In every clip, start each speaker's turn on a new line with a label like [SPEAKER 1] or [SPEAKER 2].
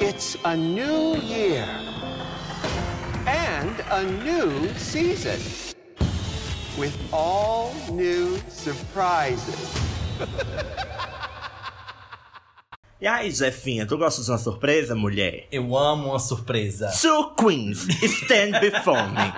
[SPEAKER 1] It's a new year and a new season with all new surprises.
[SPEAKER 2] E aí, Jefinha, tu gosta de uma surpresa, mulher?
[SPEAKER 3] Eu amo uma surpresa.
[SPEAKER 2] Two queens stand before me.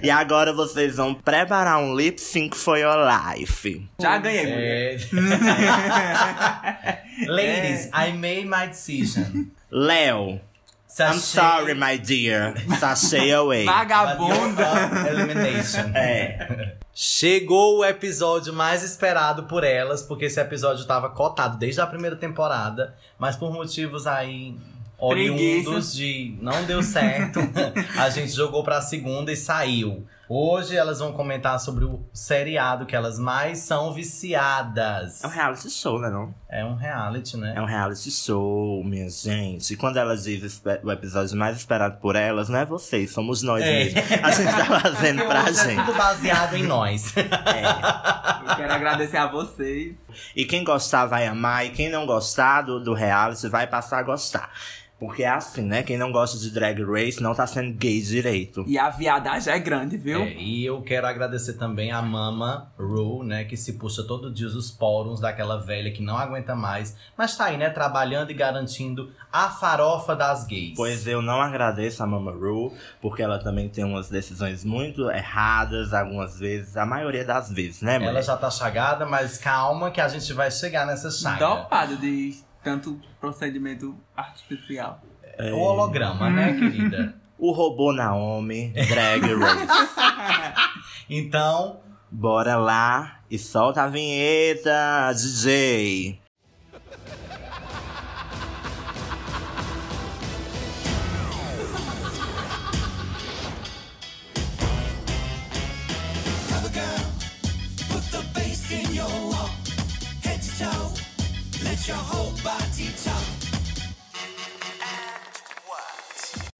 [SPEAKER 2] e agora vocês vão preparar um lip sync for your life.
[SPEAKER 4] Já ganhei, mulher.
[SPEAKER 3] É.
[SPEAKER 2] É.
[SPEAKER 3] Ladies, I made my decision.
[SPEAKER 2] Léo,
[SPEAKER 3] Sachet,
[SPEAKER 2] I'm sorry, my dear. Tá Sashay away.
[SPEAKER 3] but you
[SPEAKER 4] Vagabunda.
[SPEAKER 3] are Elimination.
[SPEAKER 2] É.
[SPEAKER 3] Chegou o episódio mais esperado por elas, porque esse episódio tava cotado desde a primeira temporada, mas por motivos aí oriundos
[SPEAKER 4] Preguiça.
[SPEAKER 3] de não deu certo, a gente jogou pra segunda e saiu. Hoje elas vão comentar sobre o seriado que elas mais são viciadas.
[SPEAKER 2] É um reality show, né, não?
[SPEAKER 3] É um reality, né?
[SPEAKER 2] É um reality show, minha gente. E quando elas dizem espe- o episódio mais esperado por elas, não é vocês, somos nós
[SPEAKER 3] É.
[SPEAKER 2] mesmos. A gente tá fazendo pra
[SPEAKER 3] Hoje é
[SPEAKER 2] gente.
[SPEAKER 3] tudo baseado em nós.
[SPEAKER 2] É.
[SPEAKER 4] Eu quero agradecer a vocês.
[SPEAKER 2] E quem gostar vai amar, e quem não gostar do, do reality vai passar a gostar. Porque é assim, né? Quem não gosta de drag race não tá sendo gay direito.
[SPEAKER 4] E a viadagem é grande, viu?
[SPEAKER 3] É, e eu quero agradecer também a Mama Ru, né? Que se puxa todo dia os poros daquela velha que não aguenta mais. Mas tá aí, né? Trabalhando e garantindo a farofa das gays.
[SPEAKER 2] Pois eu não agradeço a Mama Ru, porque ela também tem umas decisões muito erradas, algumas vezes, a maioria das vezes, né, mulher?
[SPEAKER 3] Ela já tá chagada, mas calma que a gente vai chegar nessa chaga.
[SPEAKER 2] Então,
[SPEAKER 4] Dopado de tanto procedimento artificial.
[SPEAKER 3] É O holograma, né,
[SPEAKER 2] Uhum.
[SPEAKER 3] querida?
[SPEAKER 2] O robô Naomi, drag race.
[SPEAKER 3] Então,
[SPEAKER 2] Bora lá e solta a vinheta, DJ.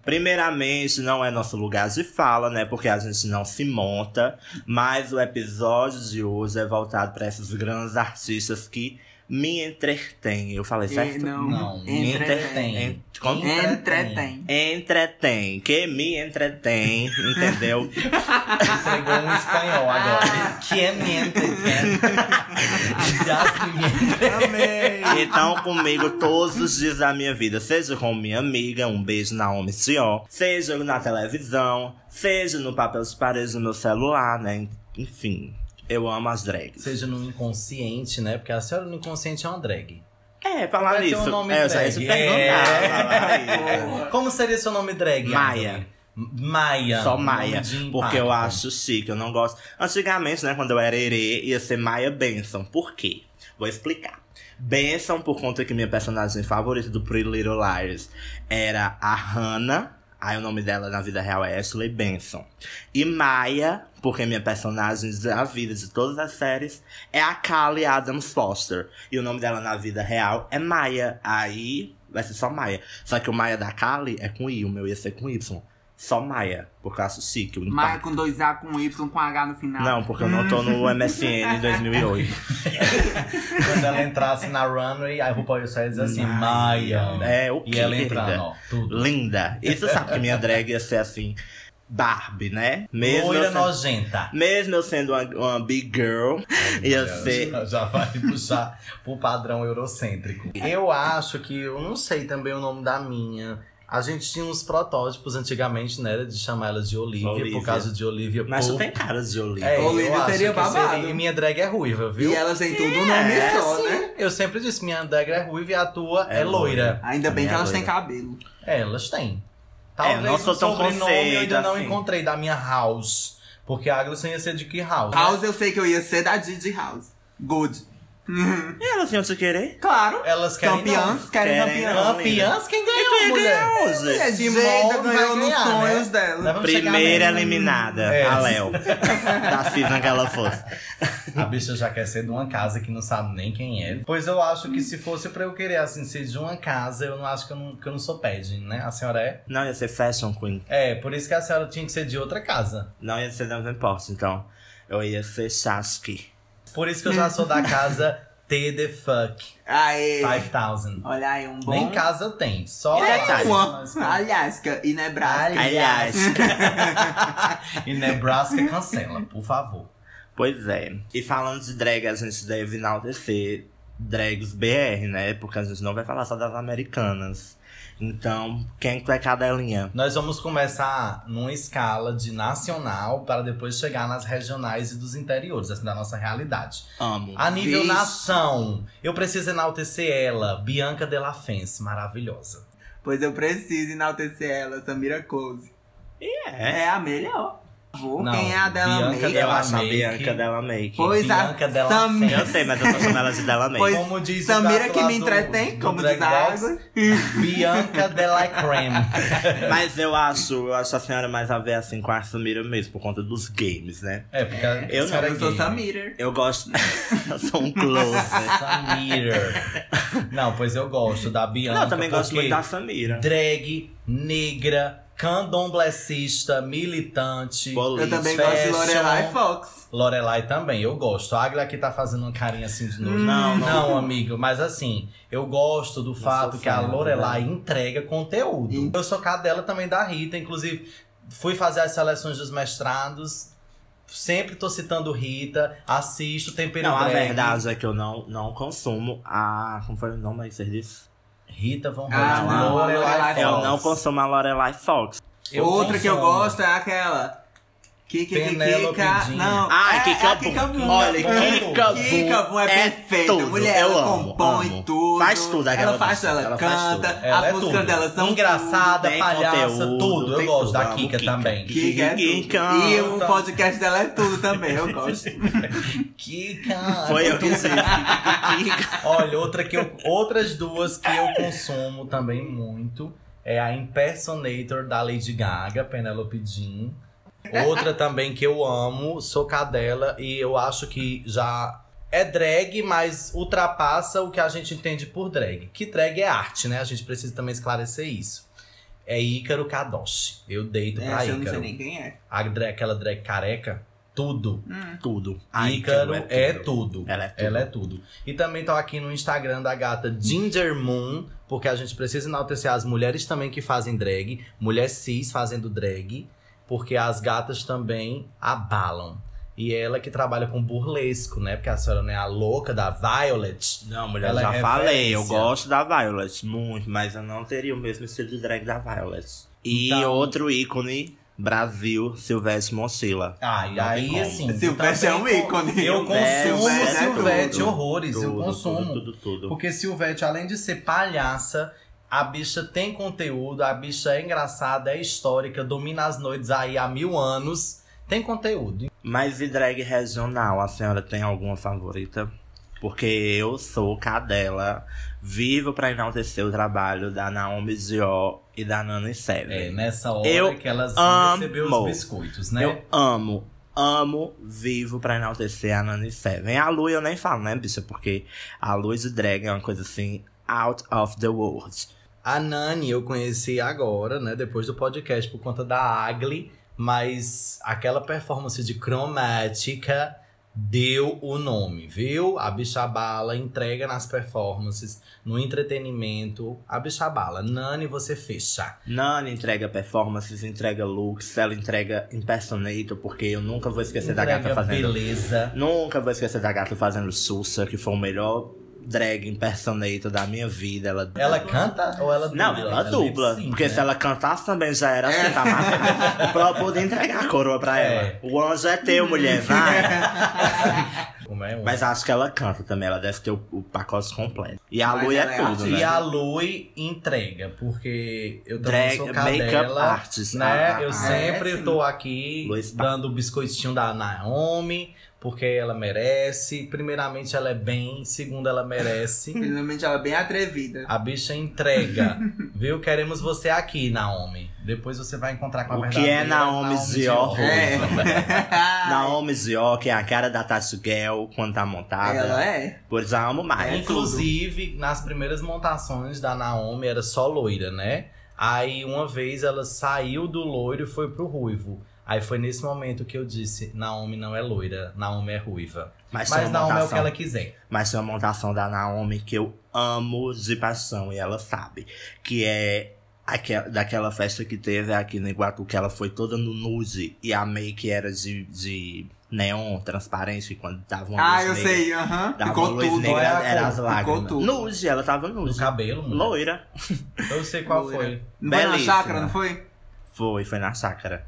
[SPEAKER 2] Primeiramente, não é nosso lugar de fala, né? Porque a gente não se monta. Mas o episódio de hoje é voltado para esses grandes artistas que me entretêm. Eu falei certo?
[SPEAKER 3] não.
[SPEAKER 2] Me
[SPEAKER 3] Entretém.
[SPEAKER 2] entretém. é, Como?
[SPEAKER 4] Entretém.
[SPEAKER 2] Entretém. Que me entretém, entendeu?
[SPEAKER 3] entregou um espanhol agora. que é mente, Amei.
[SPEAKER 2] Então, comigo todos os dias da minha vida, seja com minha amiga, um beijo na Homem Sion, seja na televisão, seja no papel de parede do meu celular, né? Enfim, eu amo as drags.
[SPEAKER 3] Seja no inconsciente, né? Porque a senhora no inconsciente é uma drag.
[SPEAKER 2] É, falar
[SPEAKER 3] Vai ter um
[SPEAKER 2] nisso.
[SPEAKER 3] nome
[SPEAKER 2] é, eu já ia
[SPEAKER 3] drag.
[SPEAKER 2] te
[SPEAKER 3] É.
[SPEAKER 2] perguntar.
[SPEAKER 3] Como seria seu nome drag?
[SPEAKER 2] Maia.
[SPEAKER 3] Anthony? Maia.
[SPEAKER 2] Só
[SPEAKER 3] um
[SPEAKER 2] Maia,
[SPEAKER 3] nome de
[SPEAKER 2] porque eu
[SPEAKER 3] impacto.
[SPEAKER 2] acho chique, eu não gosto. Antigamente, né, quando eu era herê, ia ser Maia Benson. Por quê? Vou explicar. Benson, por conta que minha personagem favorita do Pretty Little Liars era a Hannah. Aí o nome dela na vida real é Ashley Benson. E Maia, porque minha personagem da vida de todas as séries é a Callie Adams Foster. E o nome dela na vida real é Maia. Aí vai ser só Maia. Só que o Maia da Callie é com I, o meu ia ser com Y. Só Maia, porque eu acho chique. O
[SPEAKER 4] Mas
[SPEAKER 2] impacto.
[SPEAKER 4] com dois A, com Y, com H no final.
[SPEAKER 2] Não, porque eu não tô no MSN 2008.
[SPEAKER 3] Quando ela entrasse na runway, aí o RuPaul ia só ia dizer assim, Maia.
[SPEAKER 2] É, o
[SPEAKER 3] E
[SPEAKER 2] quê,
[SPEAKER 3] ela
[SPEAKER 2] querida?
[SPEAKER 3] entrando, ó, tudo.
[SPEAKER 2] Linda. E tu sabe que minha drag ia ser assim, Barbie, né? Mesmo eu
[SPEAKER 3] Loira
[SPEAKER 2] sendo-
[SPEAKER 3] nojenta.
[SPEAKER 2] Mesmo eu sendo uma, uma big girl, ia ser.
[SPEAKER 3] Já- Já vai puxar pro padrão eurocêntrico. Eu acho que, eu não sei também o nome da minha. A gente tinha uns protótipos antigamente, né? De chamar ela de Olivia,
[SPEAKER 2] Olivia.
[SPEAKER 3] por causa de Olivia
[SPEAKER 2] Mas tu
[SPEAKER 3] Pope.
[SPEAKER 2] tem cara de Olivia.
[SPEAKER 3] É,
[SPEAKER 4] Olivia
[SPEAKER 3] eu acho
[SPEAKER 4] seria
[SPEAKER 3] que
[SPEAKER 4] babado.
[SPEAKER 3] E minha drag é ruiva, viu?
[SPEAKER 4] E elas têm tudo um nome
[SPEAKER 2] É,
[SPEAKER 4] só,
[SPEAKER 3] Sim,
[SPEAKER 4] né?
[SPEAKER 3] Eu sempre disse, minha drag é ruiva e a tua é,
[SPEAKER 2] É
[SPEAKER 3] loira.
[SPEAKER 4] Ainda bem
[SPEAKER 2] Minha
[SPEAKER 4] que elas têm
[SPEAKER 2] loira.
[SPEAKER 4] cabelo.
[SPEAKER 3] É, elas têm.
[SPEAKER 2] É,
[SPEAKER 3] Talvez
[SPEAKER 2] não sou
[SPEAKER 3] o
[SPEAKER 2] tão
[SPEAKER 3] sobrenome eu
[SPEAKER 2] conceito,
[SPEAKER 3] ainda não
[SPEAKER 2] assim.
[SPEAKER 3] encontrei da minha house. Porque a Agnes ia ser de que house? né?
[SPEAKER 4] House eu sei que eu ia ser da Didi House. Good. Uhum.
[SPEAKER 2] E elas iam te querer?
[SPEAKER 4] Claro.
[SPEAKER 3] Elas querem
[SPEAKER 4] Campeãs, querem
[SPEAKER 2] Querem
[SPEAKER 4] campeãs.
[SPEAKER 2] não.
[SPEAKER 3] Campeãs? Quem
[SPEAKER 2] Tu
[SPEAKER 3] ganhou,
[SPEAKER 2] ia
[SPEAKER 3] mulher?
[SPEAKER 2] ganhar hoje.
[SPEAKER 4] É,
[SPEAKER 3] Simone
[SPEAKER 4] Jada
[SPEAKER 3] vai
[SPEAKER 4] ganhou nos
[SPEAKER 3] ganhar,
[SPEAKER 4] sonhos
[SPEAKER 3] né? Nós
[SPEAKER 4] dela.
[SPEAKER 3] vamos chegar
[SPEAKER 2] Primeira
[SPEAKER 3] nela.
[SPEAKER 2] eliminada,
[SPEAKER 3] É.
[SPEAKER 2] a Léo. da season que ela fosse.
[SPEAKER 3] A bicha já quer ser de uma casa que não sabe nem quem é. Pois eu acho que se fosse pra eu querer, assim, ser de uma casa, eu não acho que eu não, que eu não sou pede, né? A senhora é?
[SPEAKER 2] Não ia ser Fashion Queen.
[SPEAKER 3] É, por isso que a senhora tinha que ser de outra casa.
[SPEAKER 2] Não ia ser Davenport, então. Eu ia ser Sasuke.
[SPEAKER 3] Por isso que eu já sou da casa T the fuck
[SPEAKER 4] Aê.
[SPEAKER 3] 5000.
[SPEAKER 4] Olha aí, um bom. É,
[SPEAKER 3] Nem casa tem, só
[SPEAKER 2] E detalhe.
[SPEAKER 3] lá.
[SPEAKER 4] Alaska e Nebraska.
[SPEAKER 2] Aliás.
[SPEAKER 3] e Nebraska cancela, por favor.
[SPEAKER 2] Pois é. E falando de drag, a gente deve enaltecer drags BR, né? Porque a gente não vai falar só das americanas. Então, quem é cadelinha?
[SPEAKER 3] Nós vamos começar numa escala de nacional para depois chegar nas regionais e dos interiores, assim, da nossa realidade.
[SPEAKER 2] Amo.
[SPEAKER 3] A nível
[SPEAKER 4] Vixe.
[SPEAKER 3] nação, eu preciso enaltecer ela, Bianca Della Fence, maravilhosa.
[SPEAKER 4] Pois eu preciso enaltecer ela, Samira Close.
[SPEAKER 2] É.
[SPEAKER 4] É a melhor. Vou.
[SPEAKER 3] Não,
[SPEAKER 4] Quem é a dela
[SPEAKER 3] Bianca
[SPEAKER 4] mesmo?
[SPEAKER 2] Eu acho a
[SPEAKER 3] Make.
[SPEAKER 2] Bianca dela make.
[SPEAKER 4] Pois
[SPEAKER 3] Bianca
[SPEAKER 4] a
[SPEAKER 3] Della
[SPEAKER 4] Sam-
[SPEAKER 3] Fence.
[SPEAKER 2] Eu sei, mas eu tô chamando ela de dela make.
[SPEAKER 4] Pois
[SPEAKER 3] Como diz o
[SPEAKER 4] Samira
[SPEAKER 3] gato
[SPEAKER 4] que
[SPEAKER 3] lá
[SPEAKER 4] me
[SPEAKER 3] do-
[SPEAKER 4] entretém,
[SPEAKER 3] do
[SPEAKER 4] como
[SPEAKER 3] Drag
[SPEAKER 4] diz a
[SPEAKER 3] Box.
[SPEAKER 4] água.
[SPEAKER 3] Bianca Della Creme.
[SPEAKER 2] Mas eu acho, eu acho a senhora mais a ver assim com a Samira mesmo, por conta dos games, né?
[SPEAKER 3] É, porque a
[SPEAKER 2] Eu não,
[SPEAKER 3] senhora é
[SPEAKER 4] Eu sou
[SPEAKER 3] gay.
[SPEAKER 4] Samira.
[SPEAKER 2] Eu gosto. eu sou um close.
[SPEAKER 3] Samira. Não, pois eu gosto da Bianca.
[SPEAKER 2] Não, eu também gosto
[SPEAKER 3] porque
[SPEAKER 2] muito da Samira.
[SPEAKER 3] Drag, negra, candomblecista, militante.
[SPEAKER 2] Polícia.
[SPEAKER 4] Eu também
[SPEAKER 3] Fashion.
[SPEAKER 4] gosto de Lorelai Fox.
[SPEAKER 3] Lorelai também, eu gosto. A Agla aqui tá fazendo uma carinha assim de novo.
[SPEAKER 2] Não, não.
[SPEAKER 3] Não, amigo, mas assim, eu gosto do fato
[SPEAKER 2] sou
[SPEAKER 3] que a
[SPEAKER 2] fã, né?
[SPEAKER 3] Lorelai entrega conteúdo.
[SPEAKER 4] Sim.
[SPEAKER 3] Eu sou cadela também da Rita, inclusive fui fazer as seleções dos mestrados. Sempre tô citando Rita, assisto Tempero
[SPEAKER 2] Não, a
[SPEAKER 3] Drag.
[SPEAKER 2] verdade é que eu não, não consumo a. Como foi o nome aí que você disse?
[SPEAKER 3] Rita Von
[SPEAKER 4] Ah,
[SPEAKER 3] Hunt,
[SPEAKER 2] não,
[SPEAKER 3] Lorelai
[SPEAKER 4] Lorelai
[SPEAKER 3] Fox.
[SPEAKER 4] Fox.
[SPEAKER 2] Eu não consumo a Lorelai Fox.
[SPEAKER 3] Eu
[SPEAKER 4] Outra que eu
[SPEAKER 3] consumo.
[SPEAKER 4] gosto é aquela. Kiki
[SPEAKER 3] Penélope Jean.
[SPEAKER 4] Não,
[SPEAKER 2] Ai,
[SPEAKER 4] é, é a
[SPEAKER 2] Kika
[SPEAKER 4] Kika
[SPEAKER 2] Boom.
[SPEAKER 4] Boom.
[SPEAKER 2] Olha,
[SPEAKER 3] Kika
[SPEAKER 2] Kika
[SPEAKER 4] Boom.
[SPEAKER 2] Boom
[SPEAKER 4] Kika Boom é perfeita,
[SPEAKER 2] tudo.
[SPEAKER 4] mulher,
[SPEAKER 2] eu
[SPEAKER 4] ela é
[SPEAKER 2] amo,
[SPEAKER 4] compõe
[SPEAKER 2] amo.
[SPEAKER 4] tudo.
[SPEAKER 2] Faz tudo aquela
[SPEAKER 4] Ela faz,
[SPEAKER 2] bicha,
[SPEAKER 4] ela
[SPEAKER 2] faz
[SPEAKER 4] canta,
[SPEAKER 2] tudo.
[SPEAKER 3] Ela
[SPEAKER 4] As
[SPEAKER 3] é
[SPEAKER 4] músicas
[SPEAKER 3] tudo.
[SPEAKER 4] delas são
[SPEAKER 3] engraçada,
[SPEAKER 2] Tem
[SPEAKER 3] palhaça,
[SPEAKER 2] conteúdo,
[SPEAKER 3] tudo. Eu
[SPEAKER 2] tem
[SPEAKER 3] gosto
[SPEAKER 2] tudo,
[SPEAKER 3] da
[SPEAKER 2] amo
[SPEAKER 3] Kika,
[SPEAKER 2] Kika.
[SPEAKER 3] também.
[SPEAKER 2] Kika.
[SPEAKER 4] Kika é
[SPEAKER 2] Kika.
[SPEAKER 4] tudo. E o podcast dela é tudo também, eu gosto.
[SPEAKER 3] Kika.
[SPEAKER 2] Foi eu que sei.
[SPEAKER 3] Olha, outra que eu- outras duas que eu consumo também muito é a Impersonator da Lady Gaga, Penelope Jean. Outra também que eu amo, sou cadela e eu acho que já é drag, mas ultrapassa o que a gente entende por drag. Que drag é arte, né? A gente precisa também esclarecer isso. É Ícaro Kadoshi. Eu deito pra
[SPEAKER 4] Essa eu É, não sei
[SPEAKER 3] Ícaro.
[SPEAKER 4] nem quem é.
[SPEAKER 3] A drag, aquela drag careca, tudo.
[SPEAKER 4] Hum.
[SPEAKER 2] tudo. Ai,
[SPEAKER 3] Ícaro é
[SPEAKER 2] tudo.
[SPEAKER 3] tudo.
[SPEAKER 2] Ela é tudo.
[SPEAKER 3] Ela é tudo. E também tô aqui no Instagram da gata Ginger Moon, porque a gente precisa enaltecer as mulheres também que fazem drag, mulheres cis fazendo drag, porque as gatas também abalam. E ela que trabalha com burlesco, né? Porque a senhora não é a louca da Violet.
[SPEAKER 2] Não, mulher,
[SPEAKER 3] Ela
[SPEAKER 2] eu já
[SPEAKER 3] é
[SPEAKER 2] falei, eu
[SPEAKER 3] referência.
[SPEAKER 2] gosto da Violet muito, mas eu não teria o mesmo estilo de drag da Violet. E
[SPEAKER 3] Então-
[SPEAKER 2] outro ícone, Brasil, Silvestre Mocila.
[SPEAKER 3] Ah, e
[SPEAKER 2] Não tem
[SPEAKER 3] aí
[SPEAKER 2] como.
[SPEAKER 3] assim.
[SPEAKER 4] Silvestre é um
[SPEAKER 3] também-
[SPEAKER 4] ícone.
[SPEAKER 3] Eu consumo
[SPEAKER 4] Silvestre é
[SPEAKER 3] Silvete,
[SPEAKER 4] tudo.
[SPEAKER 3] horrores. eu
[SPEAKER 2] Tudo,
[SPEAKER 3] consumo.
[SPEAKER 2] Tudo, tudo, tudo.
[SPEAKER 3] Porque Silvete, além de ser palhaça, a bicha tem conteúdo, a bicha é engraçada, é histórica, domina as noites aí há mil anos. Tem conteúdo.
[SPEAKER 2] Mas e drag regional, a senhora tem alguma favorita? Porque eu sou cadela, vivo pra enaltecer o trabalho da Naomi Dior e da Nana
[SPEAKER 3] É,
[SPEAKER 2] Seven.
[SPEAKER 3] nessa hora
[SPEAKER 2] Eu
[SPEAKER 3] que elas
[SPEAKER 2] amo.
[SPEAKER 3] vão receber os biscoitos, né?
[SPEAKER 2] Eu amo, amo, vivo pra enaltecer a Nani Seven. A Lu eu nem falo, né, bicha? Porque a luz de drag é uma coisa assim, out of the world.
[SPEAKER 3] A Nani eu conheci agora, né? Depois do podcast, por conta da Agli. Mas aquela performance de cromática deu o nome, viu? A bicha bala entrega nas performances, no entretenimento. A bicha bala. Nani, você fecha.
[SPEAKER 2] Nani entrega performances, entrega looks, ela entrega impersonator, porque eu nunca vou esquecer da
[SPEAKER 3] Entrega
[SPEAKER 2] gata fazendo
[SPEAKER 3] beleza.
[SPEAKER 2] Nunca vou esquecer da gata fazendo Sussa, que foi o melhor drag impersonator da minha vida. Ela,
[SPEAKER 3] Ela canta ou ela dubla?
[SPEAKER 2] Não, ela dubla.
[SPEAKER 3] lip-sync,
[SPEAKER 2] porque
[SPEAKER 3] né?
[SPEAKER 2] se ela cantasse também já era assim, tá matando. pra eu poder entregar a coroa pra
[SPEAKER 3] É.
[SPEAKER 2] ela. O anjo é teu, mulher, vai.
[SPEAKER 3] Ah. Como é?
[SPEAKER 2] Mas acho que ela canta também, ela deve ter o, o pacote completo. E a
[SPEAKER 4] Mas
[SPEAKER 2] Lu é
[SPEAKER 4] ela é
[SPEAKER 2] tudo,
[SPEAKER 3] E
[SPEAKER 2] né?
[SPEAKER 3] a Lui entrega, porque eu também
[SPEAKER 2] Drag,
[SPEAKER 3] sou
[SPEAKER 2] make-up
[SPEAKER 3] cadela.
[SPEAKER 2] artist.
[SPEAKER 3] né?
[SPEAKER 2] Ah,
[SPEAKER 3] eu
[SPEAKER 2] ah,
[SPEAKER 3] sempre
[SPEAKER 4] é, sim.
[SPEAKER 3] tô aqui
[SPEAKER 2] Luiz Pa-
[SPEAKER 3] dando o biscoitinho da Naomi, porque ela merece. Primeiramente, ela é bem. Segundo, ela merece.
[SPEAKER 4] Finalmente ela é bem atrevida.
[SPEAKER 3] A bicha entrega, viu? Queremos você aqui, Naomi. Depois você vai encontrar com a
[SPEAKER 2] O que
[SPEAKER 3] verdadeira
[SPEAKER 2] é Naomi Dior?
[SPEAKER 4] É.
[SPEAKER 2] Naomi Zior, que é a cara da Tati Gale quando tá montada.
[SPEAKER 4] Ela
[SPEAKER 3] né?
[SPEAKER 4] é.
[SPEAKER 2] Pois eu amo mais.
[SPEAKER 4] É,
[SPEAKER 3] Inclusive, nas primeiras montações da Naomi era só loira, né? Aí uma vez ela saiu do loiro e foi pro ruivo. Aí foi nesse momento que eu disse: Naomi não é loira, Naomi é ruiva.
[SPEAKER 2] Mas, tem
[SPEAKER 3] Mas
[SPEAKER 2] uma
[SPEAKER 3] Naomi é o que
[SPEAKER 2] montação-
[SPEAKER 3] ela quiser.
[SPEAKER 2] Mas tem uma montação da Naomi que eu amo de paixão e ela sabe. Que é aquela, daquela festa que teve aqui no Iguatu, que ela foi toda no nude e a make era de, de neon transparente quando dava uma
[SPEAKER 4] Ah,
[SPEAKER 2] luz
[SPEAKER 4] eu
[SPEAKER 2] negra.
[SPEAKER 4] sei, aham.
[SPEAKER 2] Dava
[SPEAKER 4] Ficou
[SPEAKER 2] uma luz
[SPEAKER 4] tudo. é
[SPEAKER 2] negra,
[SPEAKER 3] olha a
[SPEAKER 2] era
[SPEAKER 3] cor,
[SPEAKER 2] as
[SPEAKER 4] ficou
[SPEAKER 2] lágrimas.
[SPEAKER 4] tudo.
[SPEAKER 2] Nude, ela tava
[SPEAKER 3] No né?
[SPEAKER 2] nude.
[SPEAKER 3] cabelo, mulher.
[SPEAKER 2] Loira.
[SPEAKER 3] Eu sei qual
[SPEAKER 4] Loira.
[SPEAKER 3] foi.
[SPEAKER 4] Não foi na
[SPEAKER 2] Belíssima.
[SPEAKER 4] chácara, não
[SPEAKER 3] um
[SPEAKER 4] foi?
[SPEAKER 2] Foi, foi na chácara.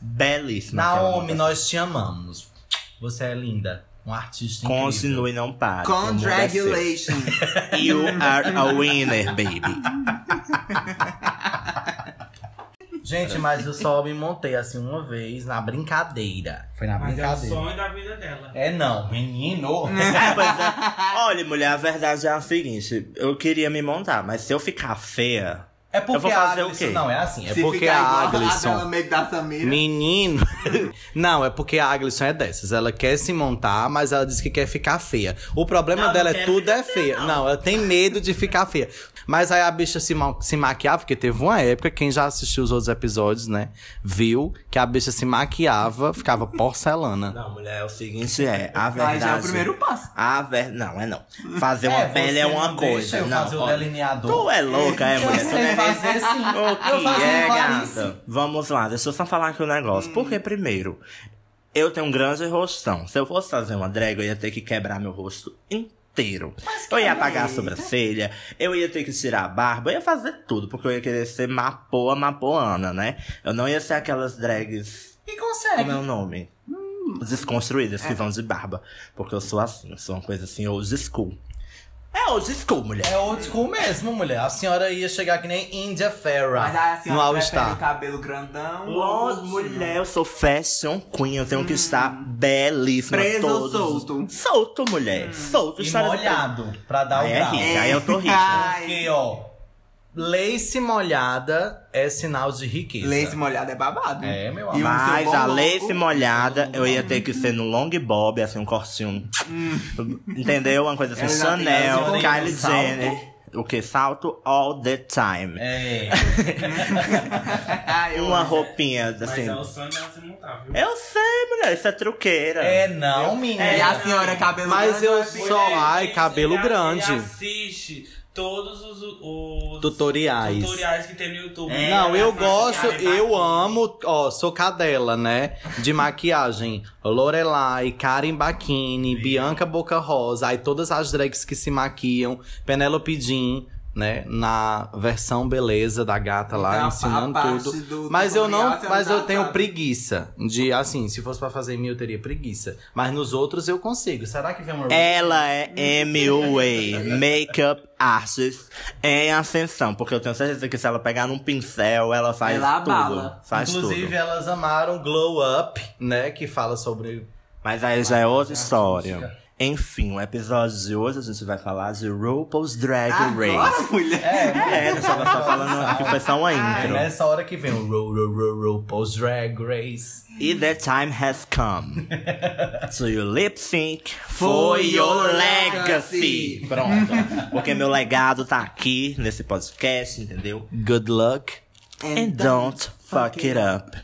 [SPEAKER 2] Belíssima. aquela
[SPEAKER 3] Naomi,
[SPEAKER 2] montação.
[SPEAKER 3] nós te amamos. Você é linda. Um artista incrível.
[SPEAKER 2] Continue, não pare. O mundo é seu.
[SPEAKER 4] Congratulations.
[SPEAKER 2] You are a winner, baby.
[SPEAKER 3] Gente, mas eu só me montei assim uma vez na brincadeira. Foi na
[SPEAKER 5] Mas é o
[SPEAKER 3] brincadeira.
[SPEAKER 5] sonho da vida dela.
[SPEAKER 3] É não, menino.
[SPEAKER 2] É, pois é. Olha, mulher, a verdade é a seguinte: eu queria me montar, mas se eu ficar feia.
[SPEAKER 3] É porque
[SPEAKER 2] Eu vou fazer
[SPEAKER 3] a
[SPEAKER 2] o
[SPEAKER 3] Alisson-
[SPEAKER 2] quê?
[SPEAKER 3] Não, é assim. É
[SPEAKER 4] Se
[SPEAKER 3] porque
[SPEAKER 4] ficar
[SPEAKER 3] a
[SPEAKER 4] igual tá a
[SPEAKER 3] Aglisson.
[SPEAKER 4] Bela Make da Samira.
[SPEAKER 3] Menino. Não, é porque a Aglisson é dessas. Ela quer se montar, mas ela diz que quer ficar feia. O problema
[SPEAKER 2] Não,
[SPEAKER 3] dela
[SPEAKER 2] não
[SPEAKER 3] é
[SPEAKER 2] quer
[SPEAKER 3] tudo
[SPEAKER 2] ficar
[SPEAKER 3] é feia. Não. ela tem medo de ficar feia. Mas aí a bicha se, ma- se maquiava, porque teve uma época, quem já assistiu os outros episódios, né? Viu que a bicha se maquiava, ficava porcelana.
[SPEAKER 2] Não, mulher, é o seguinte: é. A
[SPEAKER 4] Aí
[SPEAKER 2] verdade.
[SPEAKER 4] já é o primeiro
[SPEAKER 3] Tá.
[SPEAKER 4] passo.
[SPEAKER 2] A ver... Não, é não. Fazer uma pele é uma coisa. não, olha.
[SPEAKER 3] um delineador.
[SPEAKER 2] Tu é louca, é, mulher. Tu é-
[SPEAKER 3] fazer sim.
[SPEAKER 2] O que é, gata? Vamos lá, deixa eu só falar aqui um negócio. Porque, primeiro, eu tenho um grande rostão. Se eu fosse fazer uma drag, eu ia ter que quebrar meu rosto inteiro. eu ia apagar a sobrancelha, eu ia ter que tirar a barba, eu ia fazer tudo, porque eu ia querer ser mapoa, mapoana, né? Eu não ia ser aquelas drags.
[SPEAKER 3] E
[SPEAKER 2] Como
[SPEAKER 3] consegue. Hum.
[SPEAKER 2] é
[SPEAKER 3] É.
[SPEAKER 2] o nome? Desconstruídas que vão de barba. Porque eu sou assim, eu sou uma coisa assim, old school. É old school, mulher.
[SPEAKER 3] É old school mesmo, mulher. A senhora ia chegar que nem India Farah
[SPEAKER 4] Mas aí a
[SPEAKER 3] no
[SPEAKER 4] senhora
[SPEAKER 3] All
[SPEAKER 4] prefere o
[SPEAKER 3] Star.
[SPEAKER 4] cabelo grandão.
[SPEAKER 2] Lógico,
[SPEAKER 4] ou
[SPEAKER 2] mulher, eu sou fashion queen, eu tenho que estar belíssima.
[SPEAKER 4] Preso ou
[SPEAKER 2] todos os-
[SPEAKER 4] solto?
[SPEAKER 2] Hum. Solto, Hum. mulher.
[SPEAKER 4] então.
[SPEAKER 2] Solto.
[SPEAKER 3] E
[SPEAKER 2] estar-
[SPEAKER 3] molhado, pra dar o
[SPEAKER 2] Aí é
[SPEAKER 3] grau.
[SPEAKER 2] rica, aí eu tô rica.
[SPEAKER 4] Ai,
[SPEAKER 3] Porque, é ó, lace molhada é sinal de riqueza.
[SPEAKER 4] Lace molhada é babado.
[SPEAKER 3] É, meu
[SPEAKER 4] E
[SPEAKER 3] amor.
[SPEAKER 4] um
[SPEAKER 2] Mas
[SPEAKER 4] seu
[SPEAKER 2] a
[SPEAKER 4] bom
[SPEAKER 2] lace
[SPEAKER 4] louco.
[SPEAKER 2] molhada, eu ia ter que ser no long bob, assim, um cortinho. Hum. Entendeu? Uma coisa assim,
[SPEAKER 4] Ela já tem
[SPEAKER 2] Chanel,
[SPEAKER 3] as orelhas,
[SPEAKER 2] Kylie
[SPEAKER 3] salto.
[SPEAKER 2] Jenner. O que? Salto all the time.
[SPEAKER 3] É.
[SPEAKER 4] Ah, eu
[SPEAKER 2] Uma
[SPEAKER 4] amo.
[SPEAKER 2] roupinha,
[SPEAKER 5] Mas
[SPEAKER 2] assim.
[SPEAKER 5] é o sonho dela se montar, viu?
[SPEAKER 2] Eu sei, mulher, isso é truqueira.
[SPEAKER 3] É não, menina.
[SPEAKER 4] E a senhora cabelo
[SPEAKER 3] Mas
[SPEAKER 4] grande.
[SPEAKER 3] eu
[SPEAKER 4] ou é
[SPEAKER 3] só-
[SPEAKER 5] Ele-
[SPEAKER 3] ai,
[SPEAKER 5] ele-
[SPEAKER 3] cabelo
[SPEAKER 5] ele-
[SPEAKER 3] grande.
[SPEAKER 5] Ele assiste todos os, os
[SPEAKER 3] Tutoriais.
[SPEAKER 5] tutoriais que tem no YouTube.
[SPEAKER 3] Não, eu
[SPEAKER 5] Pra
[SPEAKER 3] gosto,
[SPEAKER 5] maquiagem,
[SPEAKER 3] eu
[SPEAKER 5] maquiagem.
[SPEAKER 3] amo, ó, sou cadela, né? De maquiagem. Lorelai, Karen Bacchini, Bianca Boca Rosa, aí todas as drags que se maquiam, Penélope Jean, né? Na versão beleza da gata Tá lá,
[SPEAKER 4] Então, a- a
[SPEAKER 3] ensinando
[SPEAKER 4] parte
[SPEAKER 3] tudo. é
[SPEAKER 4] do
[SPEAKER 3] mas eu não,
[SPEAKER 4] tutorial você
[SPEAKER 3] mas
[SPEAKER 4] não
[SPEAKER 3] eu
[SPEAKER 4] tá
[SPEAKER 3] tenho
[SPEAKER 4] sabendo.
[SPEAKER 3] preguiça de, assim, se fosse pra fazer em mim eu teria preguiça, mas nos outros eu consigo. Será que vem uma
[SPEAKER 2] Ela é MUA, Makeup Artist, em ascensão. Porque eu tenho certeza que se ela pegar num pincel, ela faz
[SPEAKER 4] Ela
[SPEAKER 2] tudo.
[SPEAKER 4] abala.
[SPEAKER 2] Faz
[SPEAKER 3] Inclusive,
[SPEAKER 2] tudo.
[SPEAKER 3] elas amaram Glow Up, né? Que fala sobre
[SPEAKER 2] Mas aí já é outra história. Enfim, o episódio de hoje a gente vai falar de RuPaul's Drag
[SPEAKER 4] Agora,
[SPEAKER 2] Race.
[SPEAKER 4] mulher.
[SPEAKER 2] É, eu tava só falando que foi só uma
[SPEAKER 3] É
[SPEAKER 2] intro.
[SPEAKER 3] nessa hora que vem o Ro, Ro, Ro, Ro, Paul's Drag Race.
[SPEAKER 2] E the time has come. So your lip sync for your legacy. Pronto. Porque meu legado tá aqui nesse podcast, entendeu?
[SPEAKER 3] Good luck.
[SPEAKER 2] And don't fuck it up.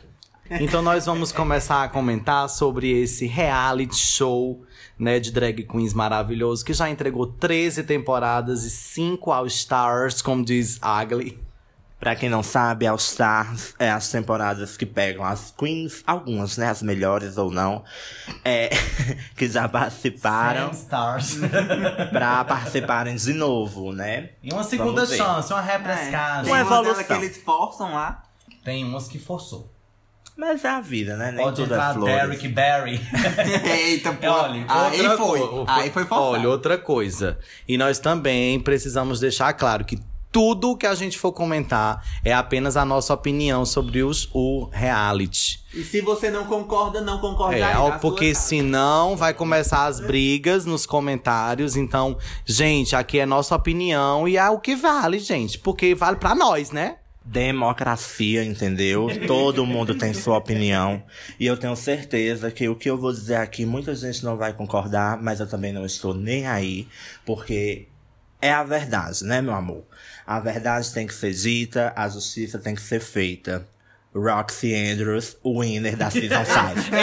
[SPEAKER 3] Então nós vamos começar a comentar sobre esse reality show, né, de drag queens maravilhoso, que já entregou 13 temporadas e 5 All Stars, como diz Agli.
[SPEAKER 2] Pra quem não sabe, All Stars é as temporadas que pegam as queens, algumas, né? As melhores ou não, é, que já participaram,
[SPEAKER 3] Stars.
[SPEAKER 2] pra participarem de novo, né?
[SPEAKER 3] e uma segunda
[SPEAKER 2] Vamos ver.
[SPEAKER 3] chance, uma
[SPEAKER 4] É.
[SPEAKER 3] repescagem.
[SPEAKER 4] Tem uma
[SPEAKER 2] evolução.
[SPEAKER 4] dela que eles forçam lá.
[SPEAKER 3] Tem umas que forçou.
[SPEAKER 2] Mas é a vida, né? Nem
[SPEAKER 3] Pode
[SPEAKER 2] tudo é
[SPEAKER 3] entrar
[SPEAKER 2] flores.
[SPEAKER 3] Derrick Barry.
[SPEAKER 4] Eita, pô.
[SPEAKER 3] É, olha,
[SPEAKER 4] aí
[SPEAKER 3] outra
[SPEAKER 4] foi.
[SPEAKER 3] co-
[SPEAKER 4] Aí foi forçado.
[SPEAKER 3] Olha, outra coisa. E nós também precisamos deixar claro que tudo o que a gente for comentar é apenas a nossa opinião sobre os, o reality.
[SPEAKER 4] E se você não concorda, não concorda
[SPEAKER 3] É,
[SPEAKER 4] aí,
[SPEAKER 3] ó,
[SPEAKER 4] na
[SPEAKER 3] porque
[SPEAKER 4] sua casa.
[SPEAKER 3] senão vai começar as brigas nos comentários. Então, gente, aqui é nossa opinião e é o que vale, gente. Porque vale pra nós, né?
[SPEAKER 2] Democracia, entendeu? Todo mundo tem sua opinião. E eu tenho certeza que o que eu vou dizer aqui, muita gente não vai concordar, mas eu também não estou nem aí, porque é a verdade, né, meu amor? A verdade tem que ser dita, a justiça tem que ser feita. Roxy Andrews, winner da Season 5.